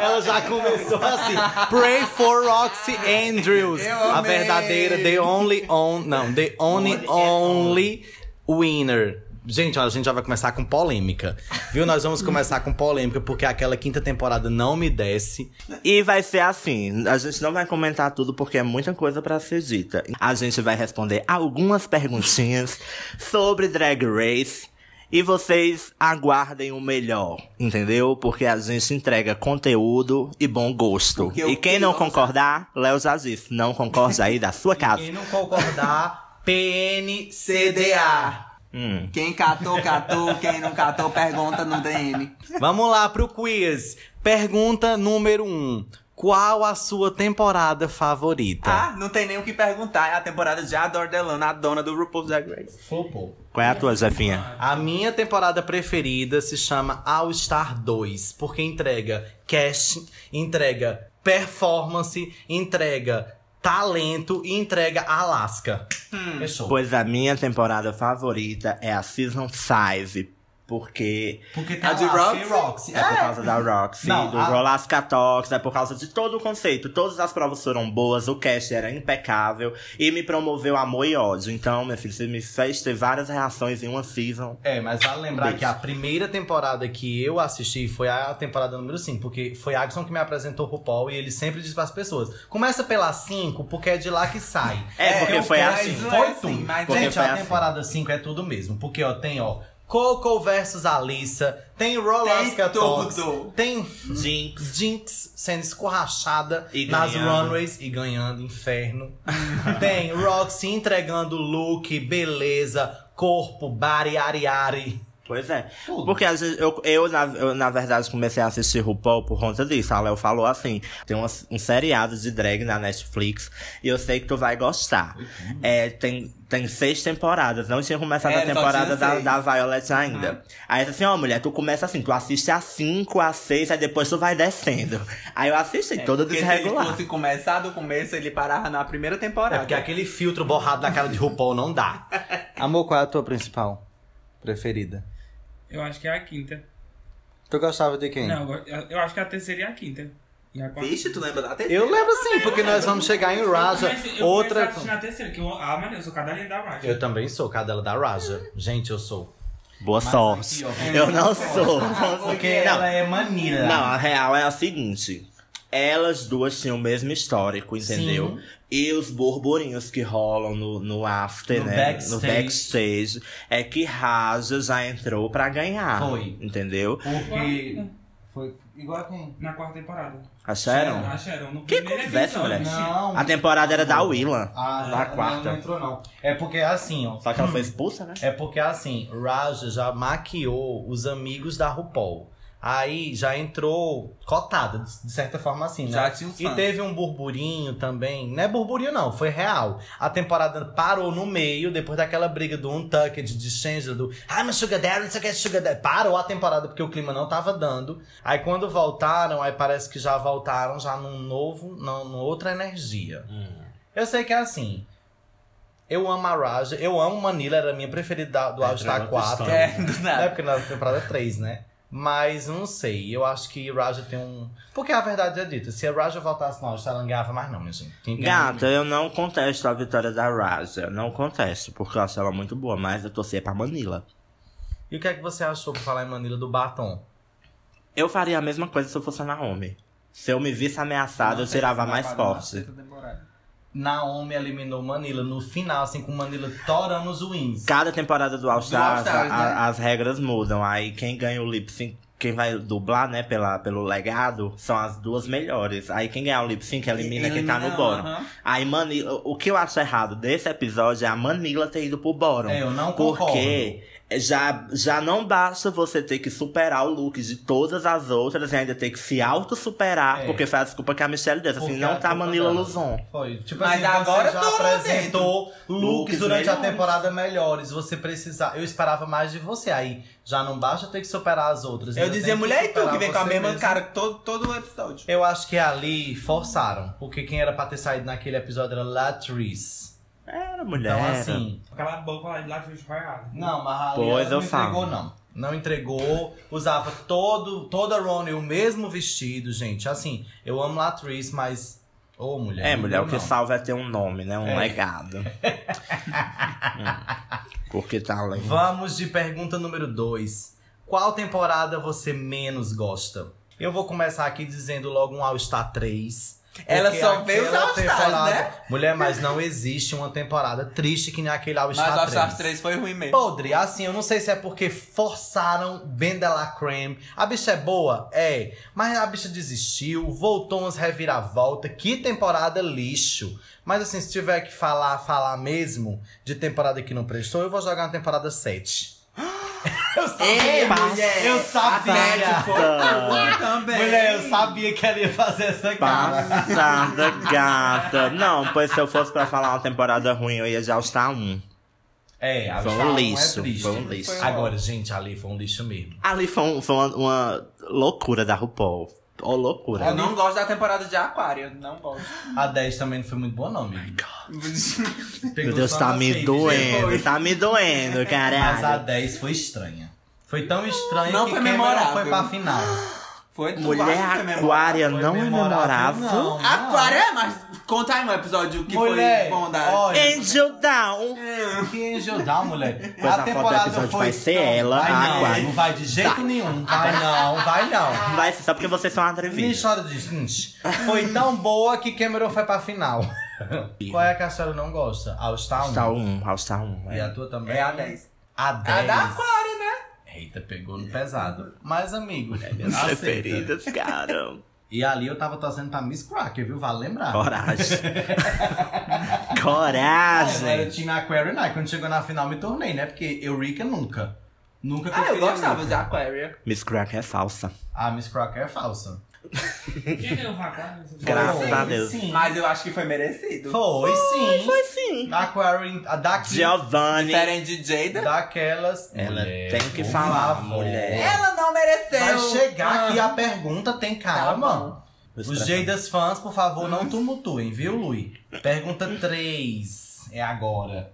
[SPEAKER 3] Ela já começou assim. Pray for Roxy Andrews.
[SPEAKER 4] Eu
[SPEAKER 3] A
[SPEAKER 4] amei.
[SPEAKER 3] verdadeira The Only On. Não, The Only Only Winner. Gente, a gente já vai começar com polêmica. Viu? Nós vamos começar com polêmica, porque aquela quinta temporada não me desce.
[SPEAKER 2] e vai ser assim, a gente não vai comentar tudo porque é muita coisa pra ser dita. A gente vai responder algumas perguntinhas sobre Drag Race. E vocês aguardem o melhor, entendeu? Porque a gente entrega conteúdo e bom gosto.
[SPEAKER 4] Porque eu
[SPEAKER 2] e quem não
[SPEAKER 4] queria-
[SPEAKER 2] concordar, Léo já disse, não concorde aí da sua casa.
[SPEAKER 3] Quem não concordar, PNCDA.
[SPEAKER 2] Hum.
[SPEAKER 4] Quem catou, catou. Quem não catou, pergunta no DM.
[SPEAKER 3] Vamos lá pro quiz. Pergunta número 1. Um. Qual a sua temporada favorita?
[SPEAKER 4] Ah, não tem nem o que perguntar. É a temporada de Adore Delano, a dona do RuPaul's Drag Race.
[SPEAKER 3] Flopou.
[SPEAKER 2] Qual é a tua, Zefinha?
[SPEAKER 3] A minha temporada preferida se chama All Star 2, porque entrega cash, entrega performance, entrega talento e entrega Alaska.
[SPEAKER 4] Hum.
[SPEAKER 3] Fechou.
[SPEAKER 2] Pois a minha temporada favorita é a Season 5, porque
[SPEAKER 3] Porque tem
[SPEAKER 4] A de
[SPEAKER 3] Alaska
[SPEAKER 4] Roxy?
[SPEAKER 3] e Roxy.
[SPEAKER 2] é, por causa da Roxy,
[SPEAKER 3] Não,
[SPEAKER 2] do
[SPEAKER 3] a-
[SPEAKER 2] Rolasca Talks, é por causa de todo o conceito. Todas as provas foram boas, o cast era impecável e me promoveu amor e ódio. Então, minha filha, você me fez ter várias reações em uma Season.
[SPEAKER 3] É, mas vale lembrar
[SPEAKER 2] Beijo.
[SPEAKER 3] que a primeira temporada que eu assisti foi a temporada número 5, porque foi Agson que me apresentou o RuPaul e ele sempre diz pras pessoas: começa pela 5, porque é de lá que sai.
[SPEAKER 2] É, porque
[SPEAKER 3] eu-
[SPEAKER 2] foi
[SPEAKER 3] mas
[SPEAKER 2] assim.
[SPEAKER 3] Foi
[SPEAKER 4] Mas
[SPEAKER 3] tudo.
[SPEAKER 2] foi
[SPEAKER 3] Gente, a
[SPEAKER 2] assim.
[SPEAKER 3] temporada 5 é tudo mesmo, porque ó, tem ó. Coco versus Alissa, tem Rolasca Talks,
[SPEAKER 4] tudo.
[SPEAKER 3] tem
[SPEAKER 2] Jinx.
[SPEAKER 3] Jinx sendo escorrachada
[SPEAKER 2] E
[SPEAKER 3] nas
[SPEAKER 2] ganhando.
[SPEAKER 3] runways e ganhando inferno. Tem Roxy entregando look, beleza, corpo, bari, ari, ari.
[SPEAKER 2] Pois é.
[SPEAKER 3] Tudo.
[SPEAKER 2] Porque às vezes eu, eu, na, eu, na verdade, comecei a assistir RuPaul por conta disso. A Léo falou assim: tem uma- um seriado de drag na Netflix e eu sei que tu vai gostar. É, tem, tem seis temporadas, não tinha começado
[SPEAKER 4] Uhum. É,
[SPEAKER 2] a
[SPEAKER 4] só
[SPEAKER 2] temporada
[SPEAKER 4] tinha
[SPEAKER 2] da,
[SPEAKER 4] seis.
[SPEAKER 2] da Violet ainda. Aí eu disse assim: ó, mulher, tu começa assim, tu assiste a cinco, a seis, aí depois tu vai descendo. Aí eu assisti,
[SPEAKER 3] É,
[SPEAKER 2] toda
[SPEAKER 4] É, Porque se ele
[SPEAKER 2] desregular.
[SPEAKER 4] fosse começar do começo, ele parava na primeira
[SPEAKER 3] É
[SPEAKER 4] temporada.
[SPEAKER 3] porque aquele filtro borrado na cara de RuPaul não dá. Amor, qual é a tua principal preferida?
[SPEAKER 5] Eu acho que é a quinta.
[SPEAKER 3] Tu gostava de quem?
[SPEAKER 5] Não, eu- eu acho que a terceira e a quinta. E a quarta. Ah,
[SPEAKER 4] Vixe, tu lembra da terceira?
[SPEAKER 3] Eu lembro sim, porque nós vamos chegar em Raja.
[SPEAKER 5] Mas eu
[SPEAKER 3] Outra.
[SPEAKER 5] comecei a assistir na terceira, que eu, ah, mano, eu sou cadelinha da Raja.
[SPEAKER 3] Eu também sou cadela da Raja. Gente, eu sou.
[SPEAKER 2] Boa sorte. eu não sou. não,
[SPEAKER 3] é Manila.
[SPEAKER 2] Não, a real é a seguinte. Elas duas tinham o mesmo histórico, entendeu?
[SPEAKER 3] Sim.
[SPEAKER 2] E os burburinhos que rolam no, no after,
[SPEAKER 3] No
[SPEAKER 2] né? No
[SPEAKER 3] backstage.
[SPEAKER 2] backstage. É que Raja já entrou pra ganhar.
[SPEAKER 3] Foi.
[SPEAKER 2] Entendeu?
[SPEAKER 3] Porque. Foi igual a quem?
[SPEAKER 5] Na quarta temporada.
[SPEAKER 2] A Sharon.
[SPEAKER 5] A Sharon. No
[SPEAKER 2] Que
[SPEAKER 5] primeiro
[SPEAKER 2] conversa,
[SPEAKER 5] episódio,
[SPEAKER 2] mulher?
[SPEAKER 5] bichinho.
[SPEAKER 3] Não.
[SPEAKER 2] A temporada era da Willa.
[SPEAKER 3] Ah,
[SPEAKER 2] da
[SPEAKER 3] não,
[SPEAKER 2] quarta.
[SPEAKER 3] Não entrou, não. É porque assim, ó.
[SPEAKER 2] Só que ela foi expulsa, né?
[SPEAKER 3] É porque assim, Raja já maquiou os amigos da RuPaul. Aí já entrou cotada, de de certa forma assim, né?
[SPEAKER 4] Já tinha uns
[SPEAKER 3] E
[SPEAKER 4] fãs.
[SPEAKER 3] teve um burburinho também. Não é burburinho, não, foi real. A temporada parou no meio, depois daquela briga do Untucked, de Chandler, do Ai, meu Sugar Daddy, não sei o que é Sugar Daddy. Parou a temporada porque o clima não tava dando. Aí quando voltaram, aí parece que já voltaram já num novo, não, numa outra energia. Eu sei que é assim. Eu amo a Raja, eu amo Manila, era a minha preferida da- do
[SPEAKER 2] É,
[SPEAKER 3] All Star
[SPEAKER 2] outra
[SPEAKER 3] 4.
[SPEAKER 2] história.
[SPEAKER 4] É, do
[SPEAKER 3] Na
[SPEAKER 4] nada.
[SPEAKER 3] época na temporada 3, né? Mas não sei, eu acho que Raja tem um. Porque a verdade é dita, se a Raja voltasse no All-Star, ela não ganhava mais, não, minha gente. Quem ganha-
[SPEAKER 2] Gata, eu não contesto a vitória da Raja. Não contesto, porque eu acho ela muito boa. Mas eu torcia pra Manila.
[SPEAKER 3] E o que é que você achou por falar em Manila do batom?
[SPEAKER 2] Eu faria a mesma coisa se eu fosse a Naomi. Se eu me visse ameaçada,
[SPEAKER 3] É,
[SPEAKER 2] eu tirava mais forte.
[SPEAKER 3] Naomi eliminou Manila no final, assim, com Manila torando os wins.
[SPEAKER 2] Cada temporada do All
[SPEAKER 4] Do All
[SPEAKER 2] Stars,
[SPEAKER 4] Stars,
[SPEAKER 2] a-
[SPEAKER 4] né?
[SPEAKER 2] as regras mudam. Aí quem ganha o lip sync, quem vai dublar, né, pela, pelo legado, são as duas melhores. Aí quem ganhar o lip sync elimina, quem tá no bórum.
[SPEAKER 4] aham.
[SPEAKER 2] Aí Manila, o que eu acho errado desse episódio é a Manila ter ido pro bórum.
[SPEAKER 3] É, eu não concordo.
[SPEAKER 2] Porque já, já não basta você ter que superar o look de todas as outras e ainda ter que se auto-superar,
[SPEAKER 3] É.
[SPEAKER 2] porque foi a desculpa que a Michelle deu. Assim,
[SPEAKER 3] Porque
[SPEAKER 2] não
[SPEAKER 3] a
[SPEAKER 2] tá
[SPEAKER 3] culpa
[SPEAKER 2] Manila
[SPEAKER 3] dela.
[SPEAKER 2] Luzon.
[SPEAKER 3] Foi. Tipo
[SPEAKER 4] Mas
[SPEAKER 3] assim,
[SPEAKER 4] agora
[SPEAKER 3] você
[SPEAKER 4] tô
[SPEAKER 3] já
[SPEAKER 4] lá
[SPEAKER 3] apresentou looks
[SPEAKER 2] Looks
[SPEAKER 3] durante a
[SPEAKER 2] melhores.
[SPEAKER 3] temporada melhores. Você precisar. Eu esperava mais de você. Aí já não basta ter que superar as outras.
[SPEAKER 4] Eu
[SPEAKER 3] ainda tem
[SPEAKER 4] dizia,
[SPEAKER 3] que
[SPEAKER 4] mulher, e tu
[SPEAKER 3] superar
[SPEAKER 4] que vem com a
[SPEAKER 3] você
[SPEAKER 4] mesma
[SPEAKER 3] mesmo.
[SPEAKER 4] cara todo, todo o episódio.
[SPEAKER 3] Eu acho que ali forçaram. Porque quem era pra ter saído naquele episódio era Latrice.
[SPEAKER 2] Era mulher.
[SPEAKER 3] Então,
[SPEAKER 2] era.
[SPEAKER 3] assim.
[SPEAKER 5] Aquela boca lá de lá de Juiz de Fora.
[SPEAKER 3] Não, mas ali
[SPEAKER 2] Pois
[SPEAKER 3] ela
[SPEAKER 2] eu
[SPEAKER 3] não
[SPEAKER 2] falo.
[SPEAKER 3] entregou, não. Não entregou. Usava todo, toda a Ronnie o mesmo vestido, gente. Assim, eu amo a atriz, mas. Ô, mulher.
[SPEAKER 2] É, mulher, o que
[SPEAKER 3] não.
[SPEAKER 2] salva é ter um nome, né? Um
[SPEAKER 3] É.
[SPEAKER 2] legado. Hum. Porque tá além.
[SPEAKER 3] Vamos de pergunta número 2. Qual temporada você menos gosta? Eu vou começar aqui dizendo logo um All Star 3.
[SPEAKER 4] Ela
[SPEAKER 3] porque
[SPEAKER 4] só vê os
[SPEAKER 3] aquela
[SPEAKER 4] All Stars, né?
[SPEAKER 3] Mulher, mas não existe uma temporada triste que nem aquele All Star
[SPEAKER 4] Mas
[SPEAKER 3] 3.
[SPEAKER 4] All Stars 3 foi ruim mesmo.
[SPEAKER 3] Podre, assim, eu não sei se é porque forçaram Ben de la Creme. A bicha é boa? É. Mas a bicha desistiu, voltou umas reviravolta. Que temporada lixo. Mas assim, se tiver que falar, falar mesmo de temporada que não prestou, eu vou jogar na temporada 7. eu
[SPEAKER 4] Ei,
[SPEAKER 3] sabia!
[SPEAKER 4] mulher!
[SPEAKER 3] eu
[SPEAKER 4] Atlético
[SPEAKER 3] sabia!
[SPEAKER 4] foi ruim também.
[SPEAKER 3] Mulher, eu sabia que ela ia fazer essa cara.
[SPEAKER 2] Passada, gata. Não, pois se eu fosse pra falar uma temporada ruim, eu ia já estar um.
[SPEAKER 3] É, a
[SPEAKER 2] Foi
[SPEAKER 3] bicha
[SPEAKER 2] um
[SPEAKER 3] não
[SPEAKER 2] lixo.
[SPEAKER 3] É triste.
[SPEAKER 2] Foi um lixo.
[SPEAKER 3] Agora, gente, ali foi um lixo mesmo.
[SPEAKER 2] Ali foi, um- foi uma, uma loucura da RuPaul. Ô, loucura.
[SPEAKER 4] Eu não gosto da temporada de Aquário, eu não gosto.
[SPEAKER 3] A 10 também não foi muito boa, não, amigo.
[SPEAKER 2] Meu Deus, tá
[SPEAKER 3] assim,
[SPEAKER 2] me doendo. Tá me doendo,
[SPEAKER 3] né? Mas a
[SPEAKER 2] caralho.
[SPEAKER 3] 10 foi estranha. Foi tão estranha
[SPEAKER 4] Não
[SPEAKER 3] que
[SPEAKER 4] foi
[SPEAKER 3] Cameron
[SPEAKER 4] memorável.
[SPEAKER 3] foi pra final.
[SPEAKER 4] Foi tu
[SPEAKER 2] Mulher
[SPEAKER 4] acha que é memorável?
[SPEAKER 2] aquária
[SPEAKER 3] Foi
[SPEAKER 2] não é memorável.
[SPEAKER 3] não, não.
[SPEAKER 4] Aquário é, mas conta aí um episódio que
[SPEAKER 3] Mulher,
[SPEAKER 4] foi bom da.
[SPEAKER 3] olha,
[SPEAKER 2] Angel Down.
[SPEAKER 3] que Angel Down, mulher.
[SPEAKER 2] Pois a foto do episódio vai ser ela,
[SPEAKER 3] vai
[SPEAKER 2] a
[SPEAKER 3] não,
[SPEAKER 2] Aquário.
[SPEAKER 3] Não vai de jeito nenhum. Vai não, vai não.
[SPEAKER 2] Vai ser só porque vocês são
[SPEAKER 3] Nem
[SPEAKER 2] atrevidos.
[SPEAKER 3] chora de gente. Foi tão boa que Cameron foi pra final. Qual é que a senhora não gosta? All Star 1.
[SPEAKER 2] Está um, All Star um. é.
[SPEAKER 3] E a tua também?
[SPEAKER 4] É a 10.
[SPEAKER 3] A 10.
[SPEAKER 4] A da Aquário, né?
[SPEAKER 3] Eita, pegou no pesado. Mas, amigo,
[SPEAKER 2] Minhas
[SPEAKER 3] aceita.
[SPEAKER 2] preferidas, cara.
[SPEAKER 3] E ali eu tava torcendo pra Miss Cracker, viu? Vale lembrar.
[SPEAKER 2] Coragem.
[SPEAKER 3] Eu era
[SPEAKER 2] Coragem.
[SPEAKER 3] Team Aquarian, aí quando chegou na final me tornei, né? Porque Eurica nunca. Nunca que
[SPEAKER 4] Ah, eu
[SPEAKER 3] queria
[SPEAKER 4] gostava
[SPEAKER 3] Eurica.
[SPEAKER 4] de Aquário.
[SPEAKER 2] Miss Crack é falsa.
[SPEAKER 3] A Miss Crocker é falsa.
[SPEAKER 5] Quem é o vagar?
[SPEAKER 2] Graças
[SPEAKER 3] Foi,
[SPEAKER 2] a Deus.
[SPEAKER 3] Sim.
[SPEAKER 4] Mas eu acho que foi merecido.
[SPEAKER 3] Foi é sim.
[SPEAKER 2] Foi sim.
[SPEAKER 3] Aquarian, a daqui,
[SPEAKER 2] Giovanni.
[SPEAKER 4] Diferente de Jada.
[SPEAKER 3] daquelas.
[SPEAKER 2] Ela
[SPEAKER 3] Mulher,
[SPEAKER 2] tem que
[SPEAKER 3] por
[SPEAKER 2] falar,
[SPEAKER 3] favor.
[SPEAKER 2] mulher.
[SPEAKER 4] Ela não mereceu.
[SPEAKER 3] Vai chegar
[SPEAKER 4] Ah.
[SPEAKER 3] aqui a pergunta, tem calma.
[SPEAKER 2] Miss
[SPEAKER 3] Os
[SPEAKER 2] Crack.
[SPEAKER 3] Jeidas fãs, por favor, não tumultuem, viu, Lui? Pergunta 3 é agora.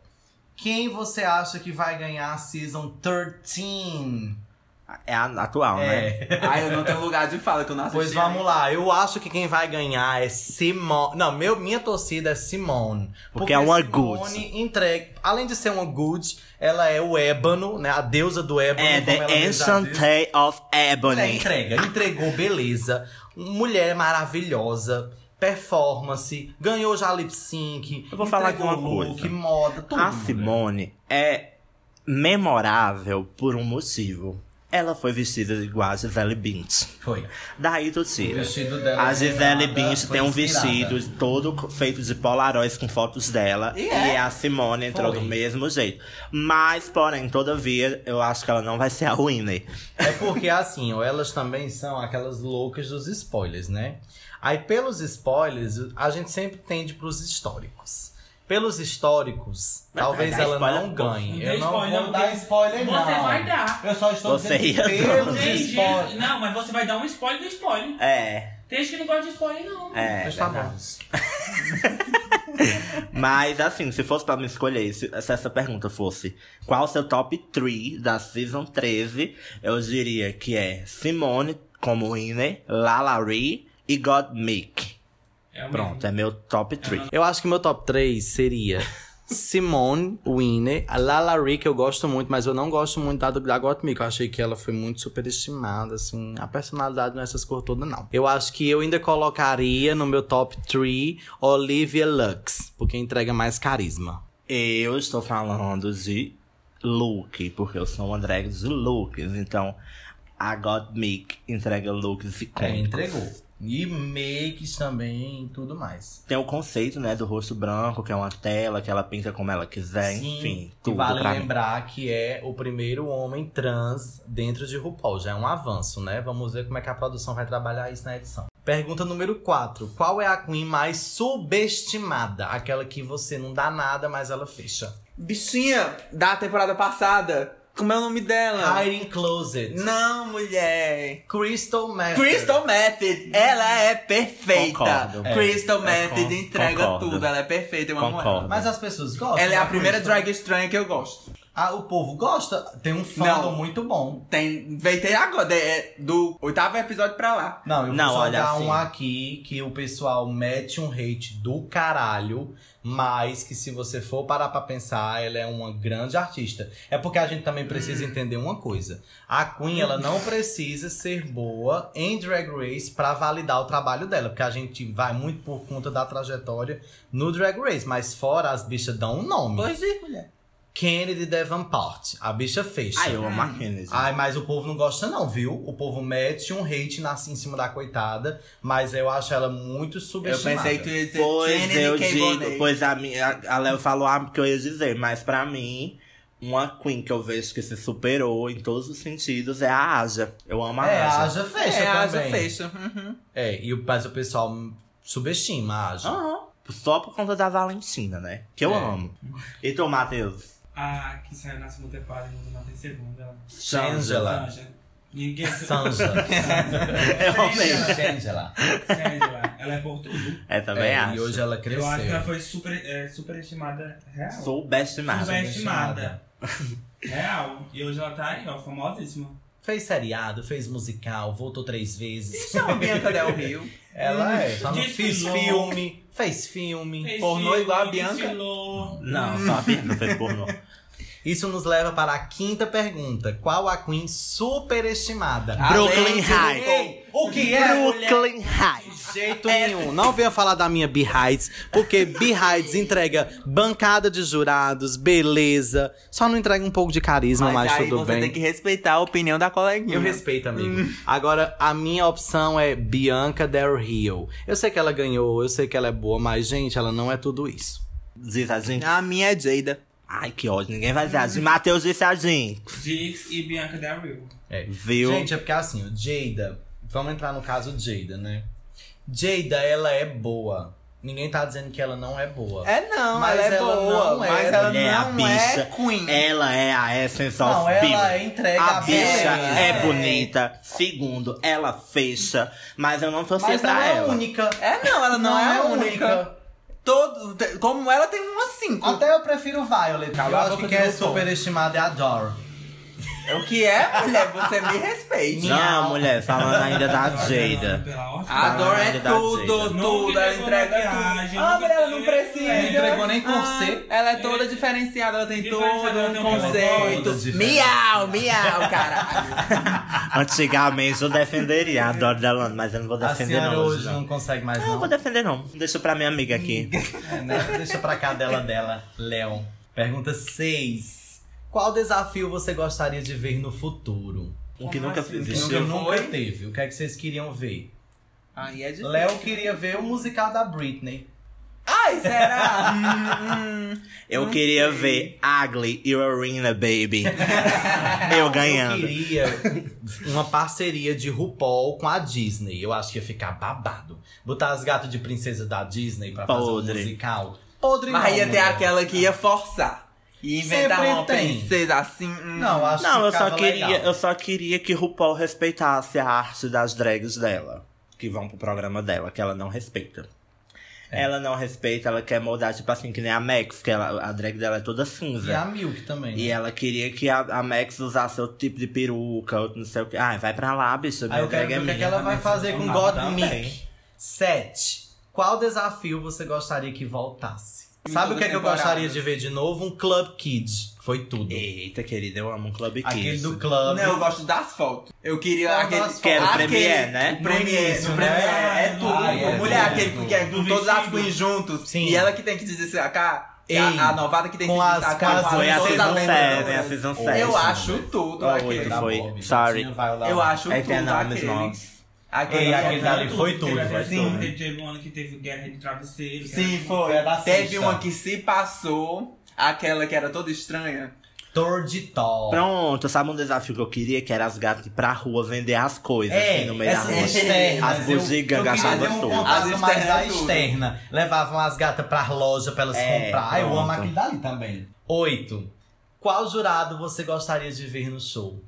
[SPEAKER 3] Quem você acha que vai ganhar a Season 13?
[SPEAKER 2] É a atual, né?
[SPEAKER 3] É.
[SPEAKER 4] Ai, eu não tenho lugar de fala que eu não assisti.
[SPEAKER 3] Pois vamos lá, eu acho que quem vai ganhar é Simone. Não, meu, minha torcida é Simone.
[SPEAKER 2] Porque é uma
[SPEAKER 3] Simone
[SPEAKER 2] good.
[SPEAKER 3] entrega. Além de ser uma good, ela é o ébano, né? A deusa do ébano.
[SPEAKER 2] É,
[SPEAKER 3] como
[SPEAKER 2] The
[SPEAKER 3] ela mesma já
[SPEAKER 2] Ancient
[SPEAKER 3] diz.
[SPEAKER 2] Tale of
[SPEAKER 3] Ela
[SPEAKER 2] Ebony.
[SPEAKER 3] É, entrega, entregou, beleza. Mulher maravilhosa. Performance, ganhou já lip sync.
[SPEAKER 2] Eu vou falar
[SPEAKER 3] entregou
[SPEAKER 2] de uma
[SPEAKER 3] look,
[SPEAKER 2] coisa. Ah,
[SPEAKER 3] moda, tudo.
[SPEAKER 2] A Simone é memorável por um motivo. Ela foi vestida igual a Gisele Bündchen.
[SPEAKER 3] Foi.
[SPEAKER 2] Daí tu
[SPEAKER 3] O
[SPEAKER 2] tira.
[SPEAKER 3] vestido
[SPEAKER 5] é
[SPEAKER 3] dela.
[SPEAKER 2] A Gisele
[SPEAKER 3] inspirada,
[SPEAKER 2] Bündchen
[SPEAKER 3] foi
[SPEAKER 2] tem um
[SPEAKER 3] inspirada.
[SPEAKER 2] vestido todo feito de polaroids com fotos dela.
[SPEAKER 4] E
[SPEAKER 2] E,
[SPEAKER 4] é?
[SPEAKER 2] a Simone entrou
[SPEAKER 3] Foi.
[SPEAKER 2] do mesmo jeito. Mas, porém, todavia, eu acho que ela não vai ser a Winnie.
[SPEAKER 3] É porque assim, ó, elas também são aquelas loucas dos spoilers, né? Aí pelos spoilers, a gente sempre tende pros históricos. Pelos históricos,
[SPEAKER 2] Mas
[SPEAKER 3] talvez
[SPEAKER 2] vai dar
[SPEAKER 3] ela
[SPEAKER 2] spoiler,
[SPEAKER 3] não
[SPEAKER 2] pô.
[SPEAKER 5] Não
[SPEAKER 3] ganhe.
[SPEAKER 5] tem
[SPEAKER 3] Eu não
[SPEAKER 5] spoiler,
[SPEAKER 3] vou
[SPEAKER 5] não,
[SPEAKER 3] dar
[SPEAKER 5] tem-
[SPEAKER 3] spoiler não.
[SPEAKER 5] Você vai dar.
[SPEAKER 3] Eu só estou
[SPEAKER 2] Você
[SPEAKER 3] dizendo que
[SPEAKER 2] ia dar.
[SPEAKER 3] pelos
[SPEAKER 5] Tem gente...
[SPEAKER 3] spoilers.
[SPEAKER 5] Não, mas você vai dar um spoiler do spoiler.
[SPEAKER 2] É,
[SPEAKER 5] Tem gente que não gosta de spoiler, não.
[SPEAKER 2] é.
[SPEAKER 3] Mas tá
[SPEAKER 2] verdade.
[SPEAKER 3] bom.
[SPEAKER 2] Mas assim, se fosse pra me escolher, se, se essa pergunta fosse qual o seu top 3 da Season 13, eu diria que é Simone como Winner, Lalari e Godmik.
[SPEAKER 5] É o
[SPEAKER 2] Pronto, é meu top 3.
[SPEAKER 3] Eu acho que meu top 3 seria Simone Winner, a Lala Ree, que eu gosto muito, mas eu não gosto muito da, do- da Gottmik. Eu achei que ela foi muito superestimada, assim. A personalidade não é essas cores todas, não. Eu acho que eu ainda colocaria no meu top 3 Olivia Lux, porque entrega mais carisma.
[SPEAKER 2] Eu estou falando de look, porque eu sou uma drag de looks, então a Godmik entrega
[SPEAKER 3] É,
[SPEAKER 2] looks icônicos.
[SPEAKER 3] E makes também e tudo mais.
[SPEAKER 2] Tem o conceito, né, do rosto branco, que é uma tela que ela pinta como ela
[SPEAKER 4] É,
[SPEAKER 2] quiser, enfim, tudo
[SPEAKER 3] vale
[SPEAKER 2] pra mim.
[SPEAKER 3] lembrar que é o primeiro homem trans dentro de RuPaul. Já é um avanço, né? Vamos ver como é que a produção vai trabalhar isso na edição. Pergunta número 4. Qual é a Queen mais subestimada? Aquela que você não dá nada, mas ela fecha.
[SPEAKER 4] Bichinha da temporada passada. Como é o nome dela?
[SPEAKER 3] Hiding Closet.
[SPEAKER 4] Não, mulher.
[SPEAKER 3] Crystal Method.
[SPEAKER 4] Crystal Method, ela é perfeita.
[SPEAKER 2] Concordo.
[SPEAKER 4] Crystal
[SPEAKER 3] É,
[SPEAKER 4] Method
[SPEAKER 3] con-
[SPEAKER 4] entrega
[SPEAKER 2] concordo.
[SPEAKER 4] tudo, ela é perfeita, eu amo
[SPEAKER 2] Concordo.
[SPEAKER 4] ela.
[SPEAKER 3] Mas as pessoas gostam.
[SPEAKER 4] Ela é
[SPEAKER 3] da
[SPEAKER 4] a primeira
[SPEAKER 3] Crystal?
[SPEAKER 4] drag estranha que eu gosto.
[SPEAKER 3] Ah, o povo gosta. Tem um fandom
[SPEAKER 4] Não.
[SPEAKER 3] muito bom.
[SPEAKER 4] Tem, inventei agora, é do oitavo episódio pra lá.
[SPEAKER 3] Não, eu vou
[SPEAKER 2] Não,
[SPEAKER 3] só
[SPEAKER 2] olha,
[SPEAKER 3] dar
[SPEAKER 2] assim-
[SPEAKER 3] um aqui que o pessoal mete um hate do caralho, mas que se você for parar pra pensar, ela é uma grande artista. É porque a gente também
[SPEAKER 2] Hum.
[SPEAKER 3] precisa entender uma coisa. A Queen, ela não precisa ser boa em Drag Race pra validar o trabalho dela, porque a gente vai muito por conta da trajetória no Drag Race, mas fora as bichas dão um nome.
[SPEAKER 4] Pois é, mulher.
[SPEAKER 3] Kennedy Davenport, a bicha fecha.
[SPEAKER 2] Ai, Ah, eu amo a Kennedy.
[SPEAKER 3] Ai, mas o povo não gosta, não, viu? O povo mete um hate na, em cima da coitada, mas eu acho ela muito
[SPEAKER 4] Eu
[SPEAKER 3] subestimada.
[SPEAKER 4] pensei que tu ia dizer
[SPEAKER 2] Pois
[SPEAKER 4] Kennedy
[SPEAKER 2] eu
[SPEAKER 4] K.
[SPEAKER 2] digo,
[SPEAKER 4] Bonet.
[SPEAKER 2] pois a minha, a Léo falou ah, o que eu ia dizer, mas pra mim, uma Queen que eu vejo que se superou em todos os sentidos é a Aja. Eu amo a
[SPEAKER 3] É, a
[SPEAKER 2] Aja.
[SPEAKER 3] Aja fecha
[SPEAKER 4] É, a Asa
[SPEAKER 3] também.
[SPEAKER 4] fecha. Uhum.
[SPEAKER 3] É, e o, mas o pessoal subestima a Aja.
[SPEAKER 4] Ah,
[SPEAKER 2] Aham. Só por conta da Valentina, né? Que eu
[SPEAKER 3] É.
[SPEAKER 2] amo. E tu, Matheus?
[SPEAKER 5] A que saiu na segunda temporada e mudou na segunda.
[SPEAKER 3] Shangela.
[SPEAKER 5] Sanja. Ninguém.
[SPEAKER 3] Sanja. É,
[SPEAKER 2] Realmente.
[SPEAKER 3] Shangela.
[SPEAKER 5] Shangela. Ela é por tudo.
[SPEAKER 2] É, também
[SPEAKER 3] É,
[SPEAKER 2] acho.
[SPEAKER 3] e hoje ela
[SPEAKER 5] Eu acho que ela
[SPEAKER 3] cresceu.
[SPEAKER 5] foi super, é, superestimada real.
[SPEAKER 2] Sou best
[SPEAKER 5] Subestimada.
[SPEAKER 3] Subestimada.
[SPEAKER 5] Real. E hoje ela tá aí, ó, famosíssima.
[SPEAKER 3] Fez seriado, fez musical, voltou três vezes.
[SPEAKER 4] Chama a Bianca Del Rio.
[SPEAKER 3] Ela é. Só não
[SPEAKER 5] Desfilou.
[SPEAKER 3] fez filme, fez filme.
[SPEAKER 5] Fez
[SPEAKER 4] Pornô
[SPEAKER 5] filme,
[SPEAKER 4] igual a Bianca?
[SPEAKER 5] desfilou.
[SPEAKER 2] Não, só a Bianca fez pornô.
[SPEAKER 3] Isso nos leva para a quinta pergunta. Qual a Queen superestimada?
[SPEAKER 2] Brooklyn
[SPEAKER 4] Além de-
[SPEAKER 2] Heights.
[SPEAKER 3] Ei, o que é? mulher?
[SPEAKER 2] Brooklyn Heights.
[SPEAKER 3] De jeito nenhum. Não venha falar da minha Behides, porque Behides entrega bancada de jurados, beleza. Só não entrega um pouco de carisma, mas,
[SPEAKER 4] aí
[SPEAKER 3] tudo
[SPEAKER 4] você
[SPEAKER 3] bem.
[SPEAKER 4] tem que respeitar a opinião da coleguinha.
[SPEAKER 3] Eu respeito, amigo. Agora, a minha opção é Bianca Del Rio. Eu sei que ela ganhou, eu sei que ela é boa, mas, gente, ela não é tudo isso.
[SPEAKER 2] Diz a gente.
[SPEAKER 4] A minha é Jada.
[SPEAKER 2] Ai, que ódio. Ninguém vai dizer a gente. Matheus disse a gente.
[SPEAKER 5] Dix e Bianca Del Rio.
[SPEAKER 3] É.
[SPEAKER 2] Viu?
[SPEAKER 3] Gente, é porque assim, o Jada. Vamos entrar no caso Jada, né? Jada, ela é boa. Ninguém tá dizendo que ela não é boa.
[SPEAKER 4] É não,
[SPEAKER 3] Mas
[SPEAKER 4] ela é
[SPEAKER 3] ela
[SPEAKER 4] boa,
[SPEAKER 3] não é,
[SPEAKER 4] mas ela
[SPEAKER 2] mulher, a
[SPEAKER 4] não
[SPEAKER 2] bicha.
[SPEAKER 4] é queen.
[SPEAKER 2] Ela é a Essence of
[SPEAKER 3] não, ela é
[SPEAKER 2] People.
[SPEAKER 3] entrega
[SPEAKER 2] A
[SPEAKER 3] a,
[SPEAKER 2] bicha
[SPEAKER 3] beleza.
[SPEAKER 2] é, bonita. Segundo, ela fecha. Mas eu não torci
[SPEAKER 3] Mas não
[SPEAKER 2] pra
[SPEAKER 3] é
[SPEAKER 2] ela.
[SPEAKER 3] única.
[SPEAKER 4] É não, ela não, é a única. Todo, te- como ela tem umas cinco.
[SPEAKER 3] Até eu prefiro Violet.
[SPEAKER 4] Cala
[SPEAKER 3] eu
[SPEAKER 4] a
[SPEAKER 3] acho
[SPEAKER 4] boca um
[SPEAKER 3] que
[SPEAKER 4] do
[SPEAKER 3] quem é
[SPEAKER 4] RuPaul.
[SPEAKER 3] superestimada é a Dor.
[SPEAKER 4] É o que é, mulher? Você me respeite.
[SPEAKER 2] Não, mulher, falando ainda da
[SPEAKER 5] Não,
[SPEAKER 2] Jada.
[SPEAKER 5] Pela ordem.
[SPEAKER 4] A Dor é
[SPEAKER 2] Caralho, da
[SPEAKER 4] tudo,
[SPEAKER 2] Jada.
[SPEAKER 4] tudo.
[SPEAKER 5] Nunca
[SPEAKER 4] Ela
[SPEAKER 5] entregou
[SPEAKER 4] entrega
[SPEAKER 5] maquiagem,
[SPEAKER 4] tudo. Ah,
[SPEAKER 5] nunca
[SPEAKER 4] mas ela não
[SPEAKER 5] entregou-
[SPEAKER 4] precisa.
[SPEAKER 5] Não
[SPEAKER 3] entregou nem
[SPEAKER 4] Ah,
[SPEAKER 3] corset.
[SPEAKER 4] Ela é toda diferenciada, ela tem todo
[SPEAKER 5] Diferenciada, ela
[SPEAKER 4] um
[SPEAKER 5] tem um
[SPEAKER 3] modo
[SPEAKER 4] conceito.
[SPEAKER 3] diferente.
[SPEAKER 4] Miau, miau, caralho.
[SPEAKER 2] Antigamente eu defenderia a Dora Delano, mas eu não vou
[SPEAKER 3] A
[SPEAKER 2] defender
[SPEAKER 3] senhora
[SPEAKER 2] não.
[SPEAKER 3] hoje
[SPEAKER 4] né?
[SPEAKER 2] Hoje,
[SPEAKER 3] não
[SPEAKER 2] não.
[SPEAKER 3] consegue mais,
[SPEAKER 2] Não, eu
[SPEAKER 3] não.
[SPEAKER 2] vou defender não. Deixa pra minha amiga aqui.
[SPEAKER 3] É, né? Deixa pra cadela dela, Léo. Pergunta 6. Qual desafio você gostaria de ver no futuro?
[SPEAKER 2] O que
[SPEAKER 5] Como
[SPEAKER 2] nunca
[SPEAKER 5] assim?
[SPEAKER 3] Que
[SPEAKER 2] existiu.
[SPEAKER 3] nunca,
[SPEAKER 4] Existiu.
[SPEAKER 3] nunca teve. O que é que vocês queriam ver?
[SPEAKER 4] Aí é difícil.
[SPEAKER 3] Léo queria ver o musical da Britney.
[SPEAKER 4] Ai, será? Hum, hum.
[SPEAKER 2] Eu queria ver Ugly e Arena Baby. eu
[SPEAKER 3] Eu
[SPEAKER 2] ganhando.
[SPEAKER 3] queria uma parceria de RuPaul com a Disney. Eu acho que ia ficar babado. Botar as gatas de princesa da Disney pra fazer um
[SPEAKER 2] Podre.
[SPEAKER 3] musical. Podre
[SPEAKER 4] Mas ia
[SPEAKER 3] não, né?
[SPEAKER 4] ter
[SPEAKER 3] mulher.
[SPEAKER 4] aquela que ia forçar. E inventar
[SPEAKER 3] Sempre
[SPEAKER 4] uma
[SPEAKER 3] tem.
[SPEAKER 4] princesa assim. hum.
[SPEAKER 3] Não, acho
[SPEAKER 2] Não,
[SPEAKER 3] que
[SPEAKER 2] eu só,
[SPEAKER 3] ficava
[SPEAKER 2] queria,
[SPEAKER 3] legal.
[SPEAKER 2] eu só queria que RuPaul respeitasse a arte das drags dela. Que vão pro programa dela, que ela não respeita.
[SPEAKER 3] É.
[SPEAKER 2] Ela não respeita, ela quer moldar, tipo assim, que nem a Max, que ela, a drag dela é toda cinza.
[SPEAKER 3] E a Milk também. né?
[SPEAKER 2] E ela queria que a, a Max usasse outro tipo de peruca, outro não sei o que. Ai, vai pra lá, bicho.
[SPEAKER 3] Aí
[SPEAKER 2] Minha
[SPEAKER 3] eu quero
[SPEAKER 2] drag
[SPEAKER 3] ver
[SPEAKER 2] é
[SPEAKER 3] o que, é que
[SPEAKER 2] minha.
[SPEAKER 3] ela vai fazer com
[SPEAKER 2] Ah,
[SPEAKER 3] Godmick.
[SPEAKER 2] também.
[SPEAKER 3] 7. Qual desafio você gostaria que voltasse?
[SPEAKER 4] Em
[SPEAKER 3] Sabe o que,
[SPEAKER 4] todas
[SPEAKER 3] é que eu
[SPEAKER 4] as temporadas.
[SPEAKER 3] gostaria de ver de novo? Um Club Kid. Foi tudo.
[SPEAKER 2] Eita, querida, eu amo um Club Kids.
[SPEAKER 3] Aquele do club.
[SPEAKER 4] Não, eu gosto das fotos. Eu queria
[SPEAKER 3] Ah,
[SPEAKER 4] aquele.
[SPEAKER 3] das fotos. Que era o
[SPEAKER 4] aquele-
[SPEAKER 2] Premiere, né?
[SPEAKER 4] O Premiere,
[SPEAKER 3] Isso,
[SPEAKER 4] o Premiere
[SPEAKER 5] né?
[SPEAKER 4] é tudo.
[SPEAKER 5] Ah, é,
[SPEAKER 4] Mulher,
[SPEAKER 5] é,
[SPEAKER 4] aquele que é com
[SPEAKER 5] do
[SPEAKER 4] todas as
[SPEAKER 5] vestido.
[SPEAKER 4] queens juntos.
[SPEAKER 3] Sim.
[SPEAKER 4] E ela que tem que destacar.
[SPEAKER 3] Ei,
[SPEAKER 4] a, a novada que tem que
[SPEAKER 3] com as
[SPEAKER 4] destacar.
[SPEAKER 3] casas-
[SPEAKER 4] com
[SPEAKER 2] Foi a
[SPEAKER 4] todas as
[SPEAKER 2] season
[SPEAKER 4] lembranças.
[SPEAKER 2] 7, a season 7.
[SPEAKER 4] Eu acho tudo
[SPEAKER 2] Ah,
[SPEAKER 4] aquele.
[SPEAKER 2] oito, foi.
[SPEAKER 3] Bob,
[SPEAKER 2] Sorry.
[SPEAKER 3] Gatinha, vai lá.
[SPEAKER 4] Eu acho
[SPEAKER 2] É que é
[SPEAKER 4] tudo
[SPEAKER 2] nome,
[SPEAKER 4] aquele.
[SPEAKER 2] nós.
[SPEAKER 4] Aquele,
[SPEAKER 3] Ei, aquele dali
[SPEAKER 5] Teve
[SPEAKER 3] foi tudo,
[SPEAKER 5] até
[SPEAKER 3] foi
[SPEAKER 5] filme,
[SPEAKER 3] tudo.
[SPEAKER 5] Teve teve um ano que teve guerra de travesseiro.
[SPEAKER 4] Sim,
[SPEAKER 5] guerra-
[SPEAKER 4] foi.
[SPEAKER 3] Foi a da
[SPEAKER 4] Teve um
[SPEAKER 3] sexta.
[SPEAKER 4] uma que se passou, aquela que era toda estranha.
[SPEAKER 3] Torditol.
[SPEAKER 2] Pronto, sabe um desafio que eu queria? Que era as gatas ir pra rua vender as coisas,
[SPEAKER 3] É,
[SPEAKER 2] assim, no meio da
[SPEAKER 3] essas
[SPEAKER 2] rua.
[SPEAKER 3] externas.
[SPEAKER 2] As
[SPEAKER 3] eu-
[SPEAKER 2] bugigas
[SPEAKER 3] eu queria
[SPEAKER 2] gastavam
[SPEAKER 3] ver um
[SPEAKER 2] tudo.
[SPEAKER 3] contato
[SPEAKER 4] As
[SPEAKER 3] mais
[SPEAKER 4] externas
[SPEAKER 3] da
[SPEAKER 4] tudo.
[SPEAKER 3] externa. Levavam as gatas pra loja pra elas
[SPEAKER 2] É,
[SPEAKER 3] comprar. Ah, Eu amo
[SPEAKER 2] pronto.
[SPEAKER 3] aquele dali também. 8. Qual jurado você gostaria de ver no show?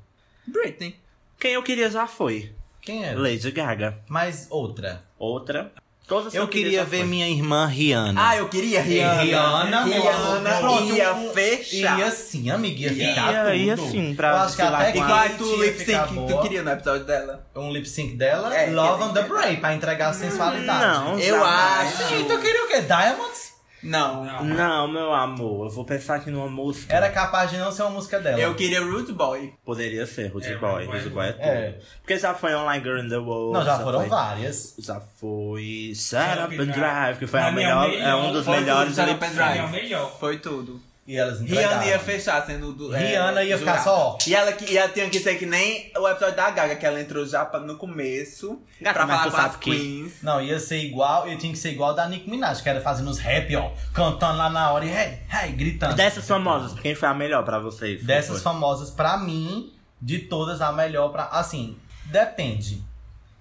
[SPEAKER 4] Britney.
[SPEAKER 2] Quem eu queria já foi.
[SPEAKER 3] Quem era?
[SPEAKER 2] Lady Gaga.
[SPEAKER 3] Mas outra.
[SPEAKER 2] Outra. Todas as
[SPEAKER 3] Eu queria
[SPEAKER 2] franquias já
[SPEAKER 3] ver
[SPEAKER 2] foi.
[SPEAKER 3] minha irmã Rihanna. É
[SPEAKER 4] Ah, eu queria Rihanna.
[SPEAKER 3] Rihanna,
[SPEAKER 4] Rihanna
[SPEAKER 3] Pronto,
[SPEAKER 4] ia
[SPEAKER 3] um-
[SPEAKER 4] fechar.
[SPEAKER 3] Ia sim, amiga,
[SPEAKER 2] Ia,
[SPEAKER 3] ia assim, ficar tudo.
[SPEAKER 2] ia sim, assim, pra
[SPEAKER 3] Eu acho que
[SPEAKER 2] sei lá,
[SPEAKER 3] até
[SPEAKER 4] E
[SPEAKER 2] quatro.
[SPEAKER 3] quando
[SPEAKER 4] qual é tu
[SPEAKER 3] tinha
[SPEAKER 4] lip sync
[SPEAKER 3] ficado
[SPEAKER 4] que tu
[SPEAKER 3] boa,
[SPEAKER 4] queria no episódio dela?
[SPEAKER 3] Um lip sync dela,
[SPEAKER 4] É,
[SPEAKER 3] Love
[SPEAKER 4] que-
[SPEAKER 3] on the Brain, pra entregar a sensualidade.
[SPEAKER 2] Não,
[SPEAKER 4] Eu
[SPEAKER 2] jamais.
[SPEAKER 4] acho.
[SPEAKER 3] Sim, tu queria o quê? Diamonds?
[SPEAKER 4] Não.
[SPEAKER 5] Não.
[SPEAKER 2] Não, meu amor, eu vou pensar aqui numa música.
[SPEAKER 3] Era capaz de não ser uma música dela.
[SPEAKER 4] Eu queria Rude Boy.
[SPEAKER 2] Poderia ser, Rude
[SPEAKER 5] É,
[SPEAKER 2] Boy.
[SPEAKER 5] Rude
[SPEAKER 2] Rude Boy
[SPEAKER 5] Boy.
[SPEAKER 2] é tudo.
[SPEAKER 3] É.
[SPEAKER 2] Porque já foi Online Girl in the World.
[SPEAKER 3] Não, já foram
[SPEAKER 2] foi,
[SPEAKER 3] várias.
[SPEAKER 2] Já foi Set Up and
[SPEAKER 5] Drive.
[SPEAKER 2] Drive, que foi a
[SPEAKER 5] Mas minha
[SPEAKER 2] melhor,
[SPEAKER 5] melhor
[SPEAKER 2] é um dos
[SPEAKER 5] foi
[SPEAKER 2] melhores
[SPEAKER 4] Set Up
[SPEAKER 2] lip
[SPEAKER 4] and
[SPEAKER 2] sync.
[SPEAKER 4] Drive.
[SPEAKER 5] Ele é o melhor.
[SPEAKER 4] Foi tudo.
[SPEAKER 3] E elas entregaram.
[SPEAKER 4] Rihanna ia fechar sendo do.
[SPEAKER 3] É Rihanna ia ficar só, ó.
[SPEAKER 4] E ela que, e ela tinha que ser que nem o episódio da Gaga, que ela entrou já pra- no começo
[SPEAKER 2] Gata,
[SPEAKER 4] pra
[SPEAKER 2] mas
[SPEAKER 4] falar
[SPEAKER 2] tu
[SPEAKER 4] com as
[SPEAKER 2] sabe que-
[SPEAKER 4] queens.
[SPEAKER 3] Não, ia ser igual, e tinha que ser igual da Nicki Minaj, que era fazendo os rap, ó. Cantando lá na hora e hey, hey, gritando.
[SPEAKER 2] Dessas famosas, quem foi a melhor pra vocês?
[SPEAKER 3] Dessas
[SPEAKER 2] Quem
[SPEAKER 3] famosas, pra mim, de todas, a melhor pra. Assim, depende.